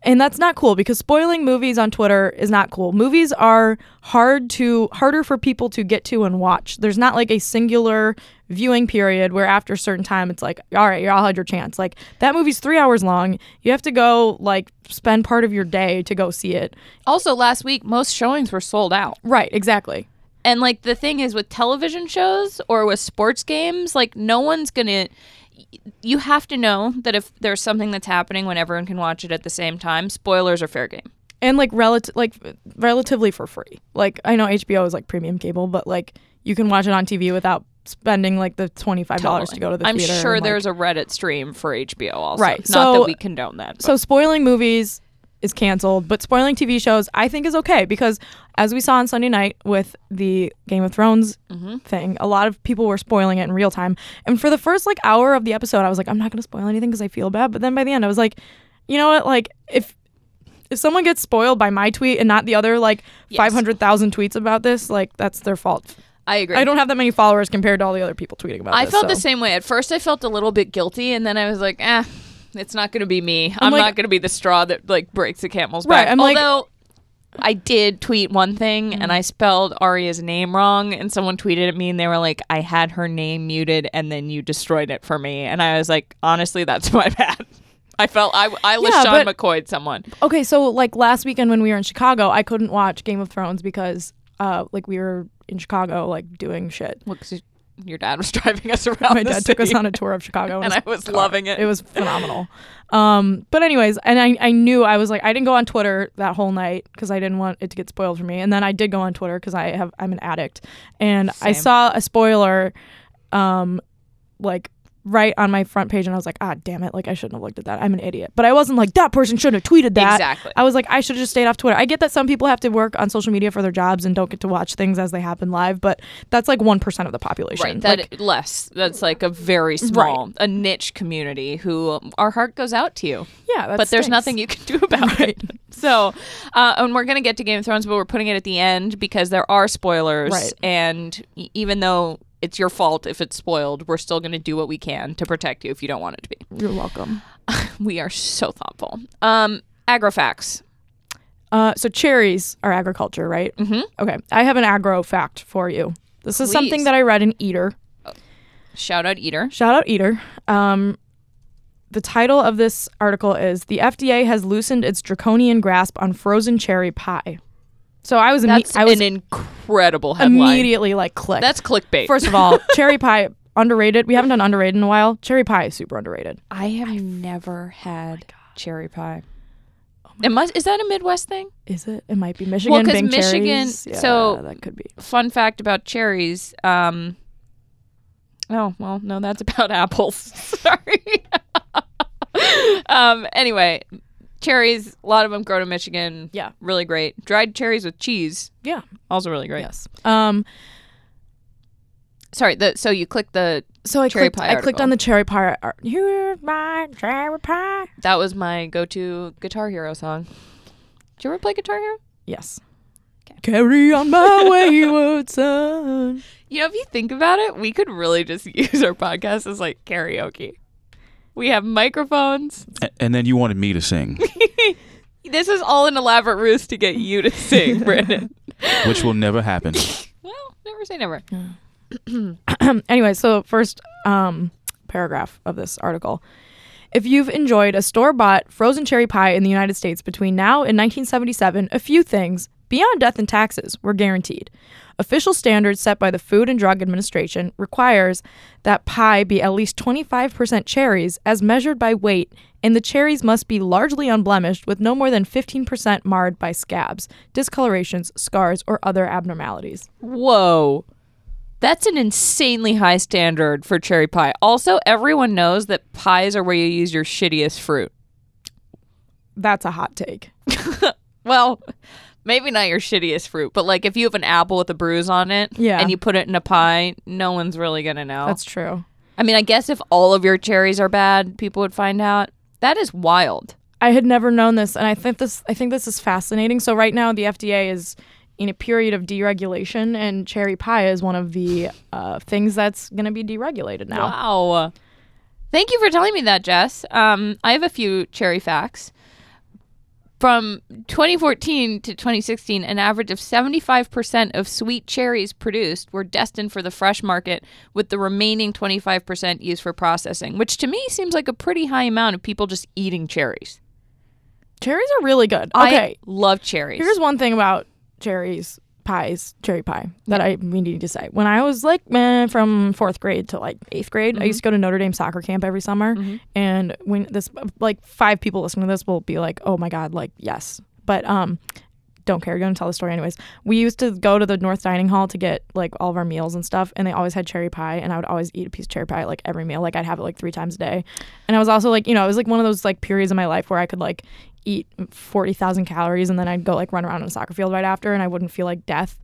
S2: and that's not cool because spoiling movies on Twitter is not cool. Movies are hard to harder for people to get to and watch. There's not like a singular viewing period where after a certain time it's like, all right, you all had your chance. Like that movie's three hours long. You have to go like spend part of your day to go see it.
S1: also last week most showings were sold out.
S2: Right, exactly.
S1: And like the thing is with television shows or with sports games, like no one's gonna. You have to know that if there's something that's happening when everyone can watch it at the same time, spoilers are fair game.
S2: and like relative like relatively for free. Like I know HBO is like premium cable, but like you can watch it on TV without spending like the twenty five dollars to go to the
S1: I'm
S2: theater.
S1: sure
S2: and, like-
S1: there's a Reddit stream for HBO also.
S2: Right,
S1: Not
S2: so-
S1: that we condone that. but-
S2: so spoiling movies is canceled, but spoiling TV shows I think is okay because as we saw on Sunday night with the Game of Thrones
S1: Mm-hmm.
S2: thing, a lot of people were spoiling it in real time. And for the first like hour of the episode, I was like, I'm not going to spoil anything because I feel bad. But then by the end, I was like, you know what? Like if if someone gets spoiled by my tweet and not the other like
S1: Yes.
S2: 500,000 tweets about this, like that's their fault.
S1: I agree.
S2: I don't have that many followers compared to all the other people tweeting about
S1: I
S2: this.
S1: felt
S2: so.
S1: the same way. At first, I felt a little bit guilty, and then I was like, eh, it's not going to be me. I'm,
S2: like-
S1: not going to be the straw that like breaks the camel's
S2: Right,
S1: back.
S2: I'm like- Mm-hmm.
S1: Although I did tweet one thing, and I spelled Arya's name wrong, and someone tweeted at me, and they were like, I had her name muted, and then you destroyed it for me, and I was like, honestly, that's my bad. I felt I I
S2: Yeah,
S1: Sean
S2: but-
S1: McCoy someone.
S2: Okay, so like last weekend when we were in Chicago, I couldn't watch Game of Thrones because uh like we were in Chicago like doing shit.
S1: Well, 'cause your dad was driving us around.
S2: My
S1: the
S2: dad took us
S1: city,
S2: on a tour of Chicago
S1: and I was loving it.
S2: it was phenomenal. Um but anyways, and I I knew I was like I didn't go on Twitter that whole night cuz I didn't want it to get spoiled for me. And then I did go on Twitter cuz I have I'm an addict. And I
S1: Same.
S2: saw a spoiler um like right on my front page and I was like, "Ah, damn it. Like I shouldn't have looked at that. I'm an idiot." But I wasn't like that person shouldn't have tweeted that.
S1: exactly.
S2: I was like, I should have just stayed off Twitter. I get that some people have to work on social media for their jobs and don't get to watch things as they happen live, but that's like one percent of the population.
S1: Right, that
S2: Like,
S1: less. That's like a very small, a niche community who um, our heart goes out to you,
S2: yeah, that
S1: but there's
S2: stinks.
S1: nothing you can do about
S2: Right.
S1: it. So, uh, and we're gonna get to Game of Thrones, but we're putting it at the end because there are spoilers,
S2: Right.
S1: and e- even though it's your fault if it's spoiled, we're still gonna do what we can to protect you if you don't want it to be.
S2: You're welcome.
S1: We are so thoughtful. Um, Agrofax.
S2: Uh, so cherries are agriculture, right? Mm-hmm. Okay, I have an agro fact for you. This is something
S1: Please.
S2: that I read in Eater.
S1: Shout out Eater.
S2: Shout out Eater. Um, the title of this article is "The FDA has loosened its draconian grasp on frozen cherry pie." So I was, imme-
S1: That's
S2: I
S1: an
S2: was
S1: incredible headline.
S2: immediately like clicked.
S1: That's clickbait.
S2: First of all, cherry pie underrated. We haven't done underrated in a while. Cherry pie is super underrated.
S1: I have never had cherry pie. it must is that a Midwest thing?
S2: Is it? It might be Michigan.
S1: 'cause
S2: being
S1: Michigan-
S2: cherries. Yeah,
S1: so-
S2: that could be.
S1: Fun fact about cherries. Um, oh well, no, that's about apples. Sorry. um, anyway, cherries. A lot of them grow to Michigan.
S2: Yeah.
S1: really great. Dried cherries with cheese.
S2: Yeah.
S1: Also really great.
S2: Yes. Um.
S1: Sorry. The, so you click the.
S2: So I
S1: Cherry
S2: clicked.
S1: pie
S2: I clicked
S1: article.
S2: on the cherry pie. ar- Here's my cherry pie.
S1: That was my go-to Guitar Hero song. Did you ever play Guitar Hero?
S2: Yes. Carry on my wayward son.
S1: You know, if you think about it, we could really just use our podcast as like karaoke. We have microphones.
S3: A- and then you wanted me to sing,
S1: This is all an elaborate ruse to get you to sing, Brandon.
S3: which will never happen.
S1: Well, never say never.
S2: anyway, so first um, paragraph of this article. If you've enjoyed a store bought frozen cherry pie in the United States between now and 1977, a few things, beyond death and taxes, were guaranteed. Official standards set by the Food and Drug Administration requires that pie be at least 25% cherries as measured by weight, and the cherries must be largely unblemished with no more than 15% marred by scabs, discolorations, scars, or other abnormalities.
S1: Whoa. That's an insanely high standard for cherry pie. Also, everyone knows that pies are where you use your shittiest fruit.
S2: That's a hot take.
S1: Well, maybe not your shittiest fruit, but like if you have an apple with a bruise on it
S2: Yeah.
S1: and you put it in a pie, no one's really going to know.
S2: That's true.
S1: I mean, I guess if all of your cherries are bad, people would find out. That is wild.
S2: I had never known this, and I think this I think this is fascinating. So right now, the FDA is in a period of deregulation, and cherry pie is one of the uh, things that's going to be deregulated now.
S1: Wow. Thank you for telling me that, Jess. Um, I have a few cherry facts. From 2014 to 2016, an average of 75% of sweet cherries produced were destined for the fresh market, with the remaining 25% used for processing, which to me seems like a pretty high amount of people just eating cherries.
S2: Cherries are really good.
S1: I
S2: Okay,
S1: love cherries.
S2: here's one thing about cherries. pies, cherry pie, that I needed to say. When I was like meh, from fourth grade to like eighth grade, I used to go to Notre Dame soccer camp every summer. And when this, like, five people listening to this will be like, oh my God, like, yes. But, um, don't care. You're gonna tell the story anyways. We used to go to the North Dining Hall to get like all of our meals and stuff, and they always had cherry pie, and I would always eat a piece of cherry pie like every meal. Like I'd have it like three times a day, and I was also like, you know, it was like one of those like periods in my life where I could like eat forty thousand calories, and then I'd go like run around on a soccer field right after, and I wouldn't feel like death.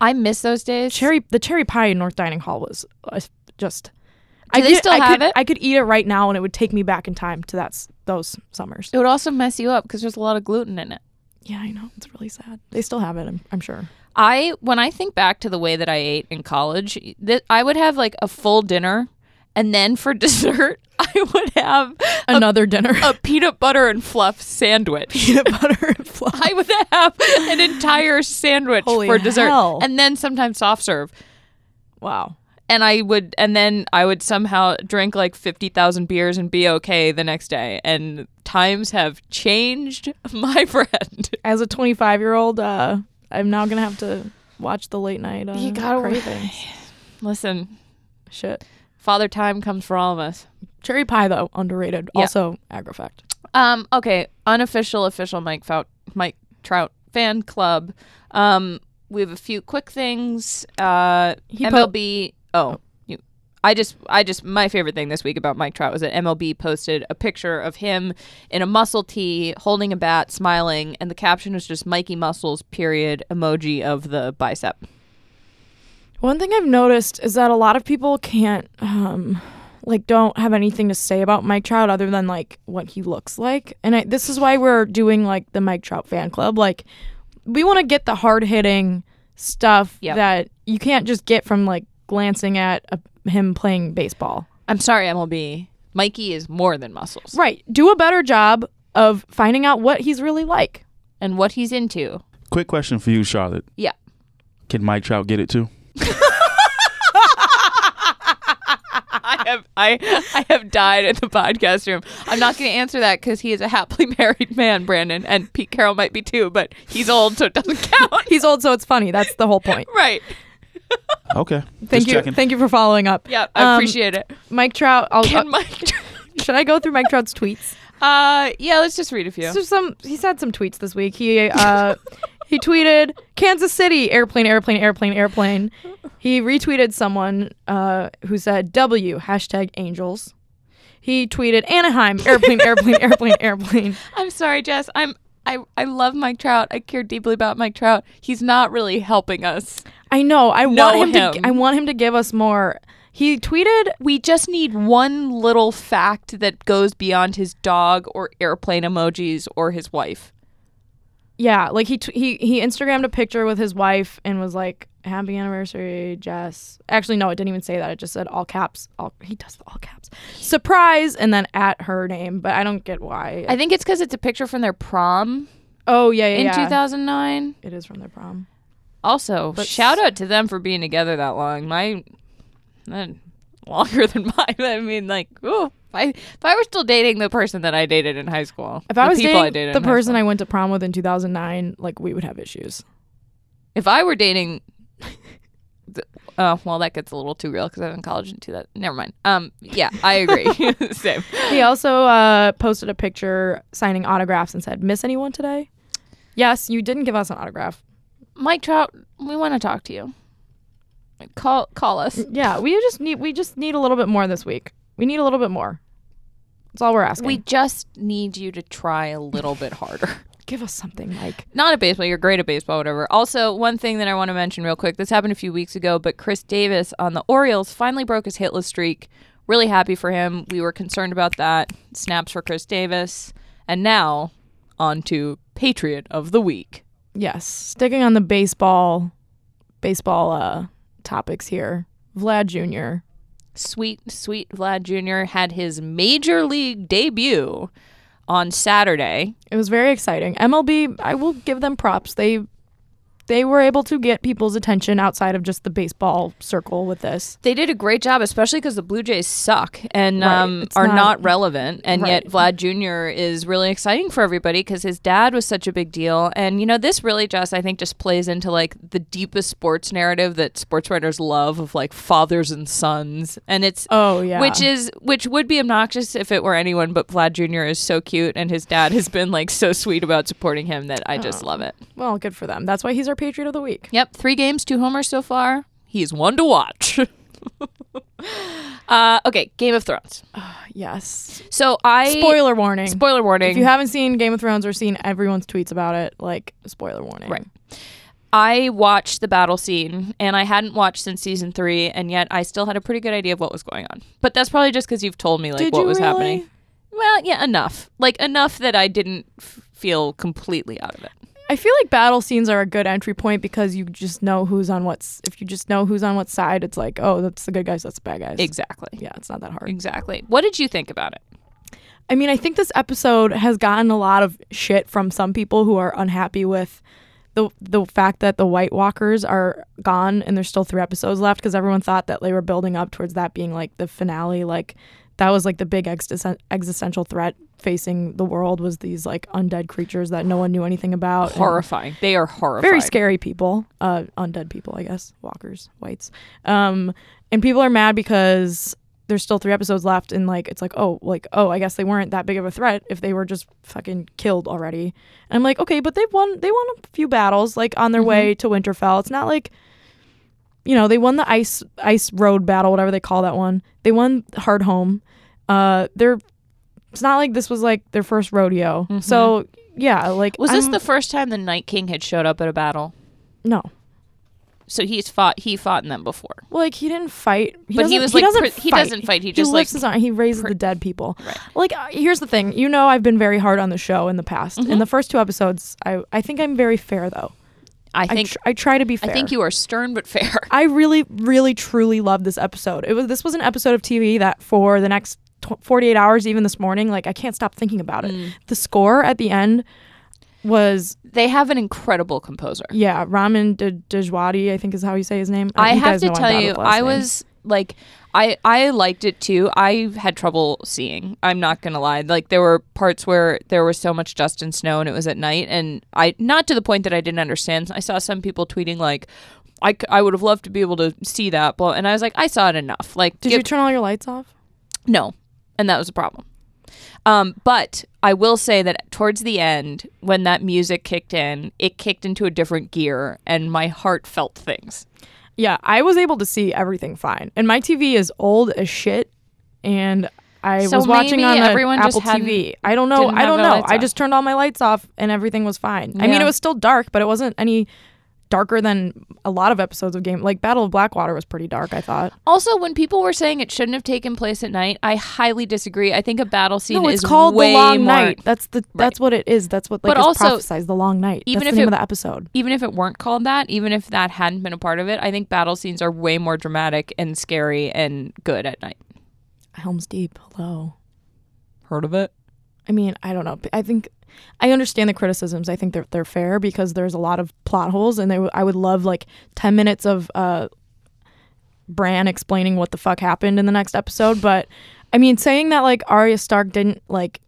S1: I miss those days.
S2: Cherry, the cherry pie in North Dining Hall was uh, just. I
S1: they
S2: could-
S1: still
S2: I
S1: have
S2: could,
S1: it?
S2: I could eat it right now, and it would take me back in time to that's those summers.
S1: It would also mess you up because there's a lot of gluten in it.
S2: Yeah, I know it's really sad. They still have it, I'm, I'm sure.
S1: I when I think back to the way that I ate in college, th- I would have like a full dinner, and then for dessert, I would have a,
S2: Another dinner.
S1: a peanut butter and fluff sandwich.
S2: peanut butter and fluff.
S1: I would have an entire sandwich
S2: Holy
S1: for dessert,
S2: hell.
S1: and then sometimes soft serve.
S2: Wow.
S1: And I would, and then I would somehow drink like fifty thousand beers and be okay the next day. And times have changed, my friend.
S2: As a 25 year old, uh, I'm now gonna have to watch the late night. Uh,
S1: You gotta wa-
S2: cravings.
S1: Listen,
S2: Shit.
S1: Father Time comes for all of us.
S2: Cherry pie though underrated.
S1: Yeah.
S2: Also Agrofact.
S1: Um, okay, unofficial official Mike Fout Mike Trout fan club. Um, we have a few quick things. Uh,
S2: He po-
S1: MLB. oh, you. I just, I just, my favorite thing this week about Mike Trout was that MLB posted a picture of him in a muscle tee, holding a bat, smiling, and the caption was just Mikey Muscles. Period. Emoji of the bicep.
S2: One thing I've noticed is that a lot of people can't, um, like, don't have anything to say about Mike Trout other than like what he looks like. And I, this is why we're doing like the Mike Trout fan club. Like, we want to get the hard hitting stuff
S1: Yep.
S2: that you can't just get from like glancing at a, him playing baseball.
S1: I'm sorry, MLB. Mikey is more than muscles,
S2: Right. Do a better job of finding out what he's really like.
S1: and what he's into.
S3: Quick question for you, Charlotte.
S1: Yeah.
S3: Can Mike Trout get it too?
S1: I have I I have died in the podcast room. I'm not going to answer that because he is a happily married man, Brandon, and Pete Carroll might be too, but he's old, so it doesn't count.
S2: He's old, so it's funny. That's the whole point.
S1: right?
S3: Okay.
S2: Thank
S3: Just
S2: you.
S3: Checking.
S2: Thank you for following up.
S1: Yeah, I
S2: Um,
S1: appreciate it.
S2: Mike Trout. I'll,
S1: Can
S2: uh,
S1: Mike?
S2: should I go through Mike Trout's tweets?
S1: Uh, yeah. Let's just read a few.
S2: So some he's had some tweets this week. He uh, he tweeted Kansas City airplane airplane airplane airplane. He retweeted someone uh, who said W hashtag Angels. He tweeted Anaheim airplane airplane airplane airplane.
S1: I'm sorry, Jess. I'm. I, I love Mike Trout. I care deeply about Mike Trout. He's not really helping us.
S2: I know. I
S1: Know
S2: want him,
S1: him.
S2: to. I want him to give us more. He tweeted
S1: We just need one little fact that goes beyond his dog or airplane emojis or his wife.
S2: Yeah, like he t- he he Instagrammed a picture with his wife and was like, "Happy anniversary, Jess." Actually, no, it didn't even say that. It just said all caps. All he does the all caps. Surprise, and then at her name, but I don't get why.
S1: I think it's because it's a picture from their prom
S2: oh yeah, yeah,
S1: in
S2: yeah.
S1: 2009.
S2: it is from their prom.
S1: Also,
S2: But-
S1: shout out to them for being together that long. My, uh, longer than mine. I mean, like, ooh, if I if I were still dating the person that I dated in high school,
S2: If I
S1: the
S2: was
S1: people
S2: dating
S1: I dated
S2: the
S1: in high
S2: person
S1: school.
S2: I went to prom with in 2009, like we would have issues.
S1: if I were dating, the, uh, well, that gets a little too real because I was in college and do that. Never mind. Um, yeah, I agree. Same.
S2: He also uh, posted a picture signing autographs and said, "Miss anyone today?" Yes, you didn't give us an autograph.
S1: Mike Trout, we want to talk to you. Call call us.
S2: Yeah, we just need we just need a little bit more this week. We need a little bit more. That's all we're asking.
S1: We just need you to try a little bit harder.
S2: give us something, Mike.
S1: not at baseball. You're great at baseball, whatever. Also, one thing that I want to mention real quick. This happened a few weeks ago, but Chris Davis on the Orioles finally broke his hitless streak. Really happy for him. We were concerned about that. Snaps for Chris Davis. And now on to Patriot of the Week.
S2: Yes, sticking on the baseball, baseball uh, topics here. Vlad Jr.
S1: Sweet, sweet Vlad Jr. had his major league debut on Saturday.
S2: It was very exciting. MLB, I will give them props. They they were able to get people's attention outside of just the baseball circle with this.
S1: They did a great job, especially because the Blue Jays suck and
S2: Right.
S1: um,
S2: It's
S1: are not,
S2: not-
S1: relevant. And yet, Vlad
S2: Right.
S1: Jr. is really exciting for everybody because his dad was such a big deal. And, you know, this really just, I think, just plays into like the deepest sports narrative that sports writers love of like fathers and sons. And it's.
S2: Oh yeah,
S1: Which is which would be obnoxious if it were anyone, but Vlad Jr. is so cute, and his dad has been like so sweet about supporting him that I just
S2: Oh.
S1: love it.
S2: well, good for them. That's why he's our Patriot of the Week.
S1: Yep, three games, two homers so far. He's one to watch. uh, okay, Game of Thrones.
S2: Yes.
S1: So I
S2: Spoiler warning.
S1: spoiler warning.
S2: If you haven't seen Game of Thrones or seen everyone's tweets about it, like spoiler warning.
S1: Right. I watched the battle scene, and I hadn't watched since season three, and yet I still had a pretty good idea of what was going on. But that's probably just because you've told me like
S2: Did
S1: what
S2: you
S1: was
S2: really?
S1: happening. Well, yeah, enough. Like enough that I didn't f- feel completely out of it.
S2: I feel like battle scenes are a good entry point because you just know who's on what's. If you just know who's on what side, it's like, oh, that's the good guys, that's the bad guys.
S1: Exactly.
S2: yeah, it's not that hard.
S1: Exactly. What did you think about it?
S2: I mean, I think this episode has gotten a lot of shit from some people who are unhappy with the the fact that the White Walkers are gone and there's still three episodes left because everyone thought that they were building up towards that being like the finale, like that was like the big existen- existential threat facing the world was these like undead creatures that no one knew anything about. and-
S1: Horrifying. They are horrifying.
S2: very scary people, uh, undead people, I guess, walkers, whites. Um, and people are mad because there's still three episodes left, and like it's like, oh, like oh, I guess they weren't that big of a threat if they were just fucking killed already. And I'm like, okay, but they've won, they won a few battles, like on their way
S1: Mm-hmm.
S2: to Winterfell. It's not like, you know, they won the ice ice road battle, whatever they call that one. They won Hard Home. Uh, they're it's not like this was like their first rodeo. So yeah, like
S1: Mm-hmm. Was this
S2: I'm-
S1: the first time the Night King had showed up at a battle?
S2: no?
S1: So he's fought. He fought in them before.
S2: Well, like he didn't fight, he
S1: But he
S2: doesn't-
S1: was,
S2: he
S1: like,
S2: doesn't
S1: pr-
S2: fight.
S1: he doesn't fight, he just,
S2: lifts
S1: like,
S2: his arm. He raises the dead people.
S1: Right.
S2: Like uh, here's the thing, you know, I've been very hard on the show in the past.
S1: Mm-hmm.
S2: In the first two episodes, I I think I'm very fair though.
S1: I
S2: I
S1: think. I,
S2: tr- I try to be fair.
S1: think you are stern but fair.
S2: I really, really, truly love this episode. It was this was an episode of TV that for the next tw 48 hours, even this morning, like I can't stop thinking about it.
S1: Mm.
S2: The score at the end was
S1: They have an incredible composer.
S2: yeah, Ramin De- Djawadi, I think is how you say his name. Uh,
S1: I
S2: you
S1: have
S2: guys
S1: to
S2: know I'm
S1: tell
S2: bad
S1: you,
S2: with last
S1: I
S2: names.
S1: was like, I I liked it too. I had trouble seeing. I'm not gonna lie. Like there were parts where there was so much dust and snow, and it was at night, and I not to the point that I didn't understand. I saw some people tweeting like. I, c- I would have loved to be able to see that, but and I was like, I saw it enough. Like,
S2: Did
S1: give-
S2: you turn all your lights off?
S1: No, and that was a problem. Um, but I will say that towards the end, when that music kicked in, it kicked into a different gear, and my heart felt things.
S2: Yeah, I was able to see everything fine, and my TV is old as shit, and I
S1: So
S2: was watching
S1: maybe
S2: on the
S1: everyone just
S2: Apple TV. I don't know.
S1: didn't
S2: I
S1: have
S2: don't
S1: their
S2: know.
S1: lights
S2: I
S1: off.
S2: just turned all my lights off, and everything was fine. I mean,
S1: Yeah.
S2: it was still dark, but it wasn't any darker than a lot of episodes of game. Like Battle of Blackwater was pretty dark. I thought.
S1: Also, when people were saying it shouldn't have taken place at night, I highly disagree. I think a battle scene
S2: no, it's
S1: is
S2: called
S1: way
S2: the Long
S1: more-
S2: Night. That's the that's what it is. That's what like
S1: But
S2: is
S1: also,
S2: prophesized the Long Night.
S1: even
S2: that's
S1: if
S2: the name
S1: it-
S2: of the episode.
S1: Even if it weren't called that, even if that hadn't been a part of it, I think battle scenes are way more dramatic and scary and good at night.
S2: Helm's Deep. Hello.
S1: Heard of it?
S2: I mean, I don't know. I think I understand the criticisms. I think they're they're fair because there's a lot of plot holes, and they, w- I would love like ten minutes of uh, Bran explaining what the fuck happened in the next episode. But I mean, saying that like Arya Stark didn't like,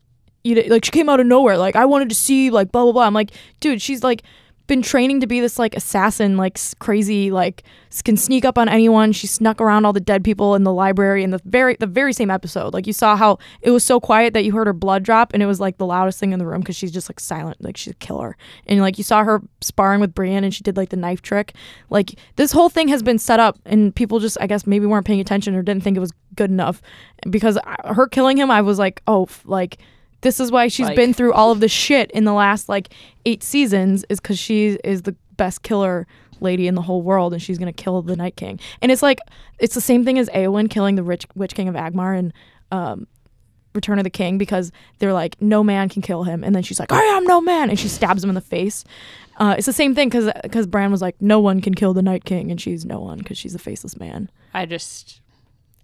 S2: you di- like she came out of nowhere. Like I wanted to see like blah blah blah. I'm like, dude, she's like been training to be this like assassin, like s- crazy, like s- can sneak up on anyone. She snuck around all the dead people in the library in the very the very same episode. Like you saw how it was so quiet that you heard her blood drop, and it was like the loudest thing in the room because she's just like silent, like she's a killer. And like you saw her sparring with Brienne, and she did like the knife trick. Like this whole thing has been set up, and people just I guess maybe weren't paying attention or didn't think it was good enough because I, her killing him, I was like, oh, f- like. This is why she's
S1: Like-
S2: been through all of the shit in the last like eight seasons is because she is the best killer lady in the whole world and she's gonna kill the Night King. And it's like it's the same thing as Aowen killing the rich Witch King of Agmar and um, Return of the King because they're like no man can kill him and then she's like I am no man and she stabs him in the face. Uh, it's the same thing because because Bran was like no one can kill the Night King and she's no one because she's a faceless man.
S1: I just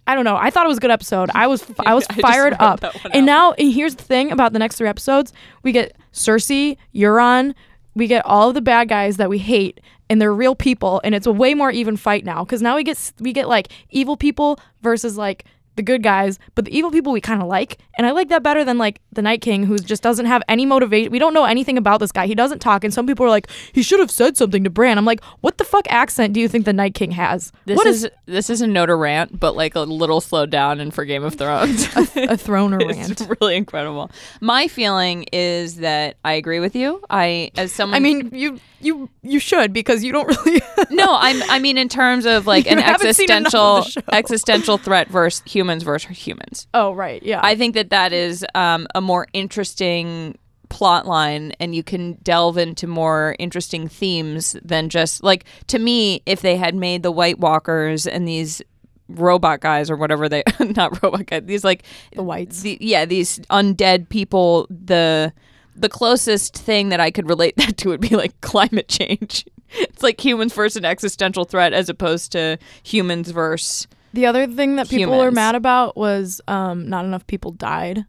S2: I don't know. I thought it was a good episode. I was I was
S1: I just
S2: fired
S1: wrote
S2: up.
S1: that one
S2: And now and here's the thing about the next three episodes: we get Cersei, Euron, we get all of the bad guys that we hate, and they're real people and it's a way more even fight now because now we get s- we get like evil people versus like the good guys but the evil people we kind of like and i like that better than like the night king who just doesn't have any motivation we don't know anything about this guy he doesn't talk and some people are like he should have said something to bran i'm like what the fuck accent do you think the night king has
S1: This
S2: What
S1: is this isn't no to rant, but like a little slowed down and for Game of Thrones.
S2: a throner rant
S1: it's really incredible. My feeling is that I agree with you. I as someone
S2: i mean you you you should because you don't really
S1: no, I'm I mean in terms of like
S2: You
S1: an
S2: haven't seen enough
S1: existential
S2: of the show.
S1: existential threat versus humans versus humans.
S2: oh right yeah
S1: I think that that is um, a more interesting plot line and you can delve into more interesting themes than just like to me if they had made the white walkers and these robot guys or whatever they not robot guys these like
S2: the whites
S1: the, yeah these undead people the the closest thing that i could relate that to would be like climate change it's like humans versus an existential threat as opposed to humans versus
S2: The other thing that people were
S1: Humans.
S2: mad about was um, not enough people died.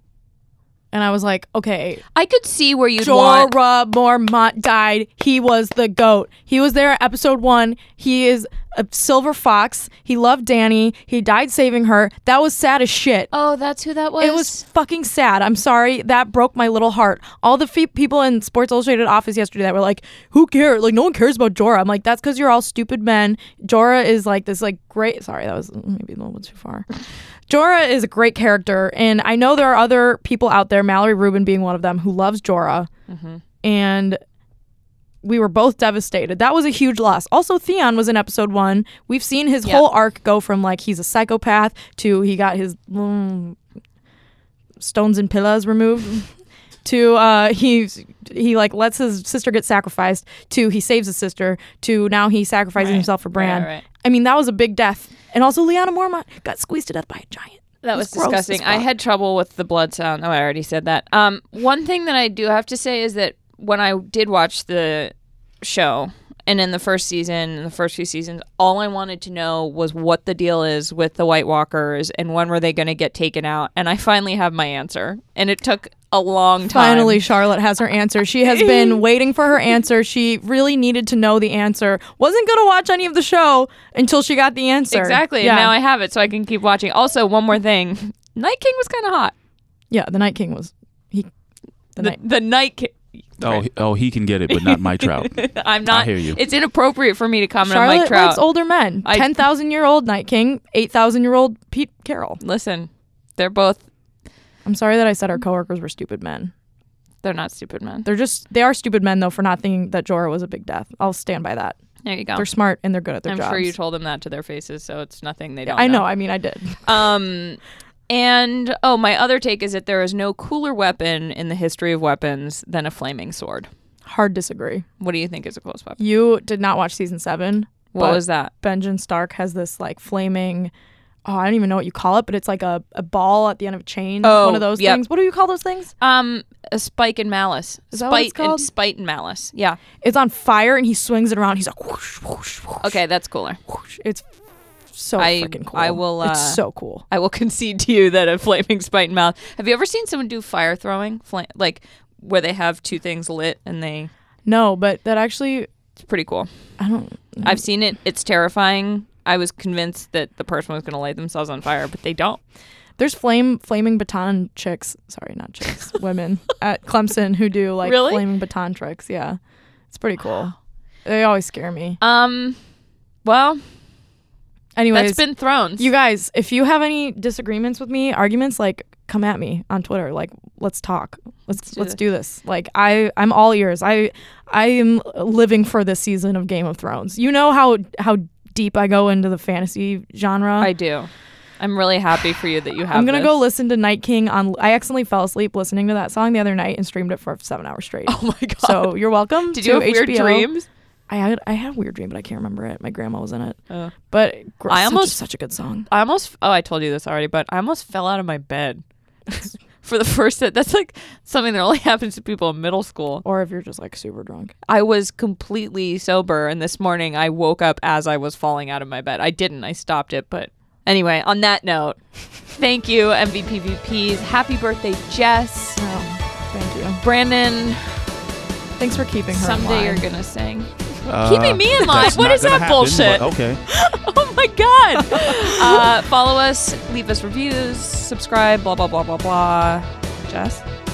S2: And I was like, okay,
S1: i could see where you'd want
S2: Jorah Mormont died. He was the goat. He was there at episode one. He is a silver fox. He loved Danny. He died saving her. That was sad as shit.
S1: oh that's who that was
S2: It was fucking sad. I'm sorry. That broke my little heart. All the fe- people in Sports Illustrated office yesterday that were like, "Who cares? Like no one cares about Jorah." I'm like, "That's because you're all stupid men." Jorah is like this like great. Sorry, that was maybe a little bit too far. Jorah is a great character, and I know there are other people out there, Mallory Rubin being one of them, who loves Jorah, and we were both devastated. That was a huge loss. Also, Theon was in episode one. We've seen his
S1: Yeah.
S2: whole arc go from like he's a psychopath to he got his mm, stones and pillows removed to uh, he he like lets his sister get sacrificed to he saves his sister to now he sacrifices
S1: Right.
S2: himself for Bran.
S1: Right, right.
S2: I mean, that was a big death. And also, Liana Mormont got squeezed to death by a giant.
S1: That
S2: It
S1: was,
S2: gross as
S1: disgusting. I
S2: fuck.
S1: had trouble with the blood sound. Oh, I already said that. Um, one thing that I do have to say is that when I did watch the show and in the first season in the first few seasons, all I wanted to know was what the deal is with the White Walkers and when were they going to get taken out. And I finally have my answer. And it took a long time.
S2: Finally, Charlotte has her answer. She has been waiting for her answer. She really needed to know the answer. Wasn't going to watch any of the show until she got the answer.
S1: Exactly.
S2: Yeah.
S1: And now I have it so I can keep watching. Also, one more thing. Night King was kind of hot.
S2: yeah, the Night King was. he. The,
S1: The,
S2: Night.
S1: the Night King.
S3: Oh, he- oh, he can get it, but not my trout.
S1: I'm not.
S3: hear you.
S1: It's inappropriate for me to comment on Mike
S2: Charlotte
S1: Trout.
S2: likes older men.
S1: I-
S2: 10,000 year old Night King, 8,000 year old Pete Carroll.
S1: Listen, they're both
S2: I'm sorry that I said our coworkers were stupid men.
S1: They're not stupid men.
S2: They're just, they are stupid men, though, for not thinking that Jorah was a big death. I'll stand by that.
S1: There you go.
S2: They're smart and they're good at their
S1: I'm
S2: jobs.
S1: sure you told them that to their faces, so it's nothing they don't.
S2: I know. I mean, I did.
S1: Um, and oh, my other take is that there is no cooler weapon in the history of weapons than a flaming sword.
S2: Hard disagree.
S1: What do you think is a close weapon?
S2: You did not watch season seven.
S1: What
S2: but
S1: was that?
S2: Benjamin Stark has this like flaming. Oh, I don't even know what you call it, but it's like a, a ball at the end of a chain.
S1: Oh,
S2: one of those
S1: yep.
S2: things. What do you call those things?
S1: Um, a spike and malice. spite
S2: Is that what it's
S1: and
S2: called?
S1: spite and malice. Yeah.
S2: It's on fire and he swings it around. He's like, whoosh, whoosh, whoosh,
S1: Okay, that's cooler.
S2: whoosh. It's so
S1: I-
S2: freaking cool.
S1: I will, uh,
S2: it's so cool.
S1: I will concede to you that a flaming spite and malice. Have you ever seen someone do fire throwing? Fla- like where they have two things lit and they.
S2: No, but that actually,
S1: It's pretty cool.
S2: I don't.
S1: I've seen it. It's terrifying. I was convinced that the person was going to light themselves on fire, but they don't.
S2: There's flame flaming baton chicks. Sorry, not chicks. women at Clemson who do like
S1: Really?
S2: flaming baton tricks. Yeah, it's pretty cool. They always scare me.
S1: Um, well, that's
S2: Anyways,
S1: been Thrones.
S2: You guys, if you have any disagreements with me, arguments, like come at me on Twitter. Like let's talk. Let's
S1: do
S2: let's
S1: this.
S2: do this. Like I I'm all ears. I I am living for this season of Game of Thrones. You know how how deep I go into the fantasy genre.
S1: I do. I'm really happy for you that you have.
S2: am gonna
S1: this.
S2: go listen to Night King on. I accidentally fell asleep listening to that song the other night and streamed it for seven hours straight.
S1: Oh my god!
S2: So you're welcome.
S1: Did
S2: to
S1: you have weird
S2: HBO.
S1: dreams?
S2: I had I had a weird dream, but I can't remember it. My grandma was in it,
S1: Oh.
S2: but
S1: I
S2: I almost
S1: almost-
S2: such a good song.
S1: I almost. Oh, I told you this already, but I almost fell out of my bed for the first. That's like something that only happens to people in middle school.
S2: Or if you're just like super drunk.
S1: I was completely sober, and this morning I woke up as I was falling out of my bed. I didn't, I stopped it, but anyway, on that note, thank you, MVPVPs. Happy birthday, Jess.
S2: Oh, thank you.
S1: Brandon,
S2: Thanks for keeping her. in
S1: someday
S2: line.
S1: you're going to sing. Keeping me in line?
S3: that's
S1: What
S3: not
S1: is that
S3: gonna happen,
S1: bullshit?
S3: but Okay.
S1: Oh my god! uh, follow us, leave us reviews, subscribe, blah blah blah blah blah. Jess.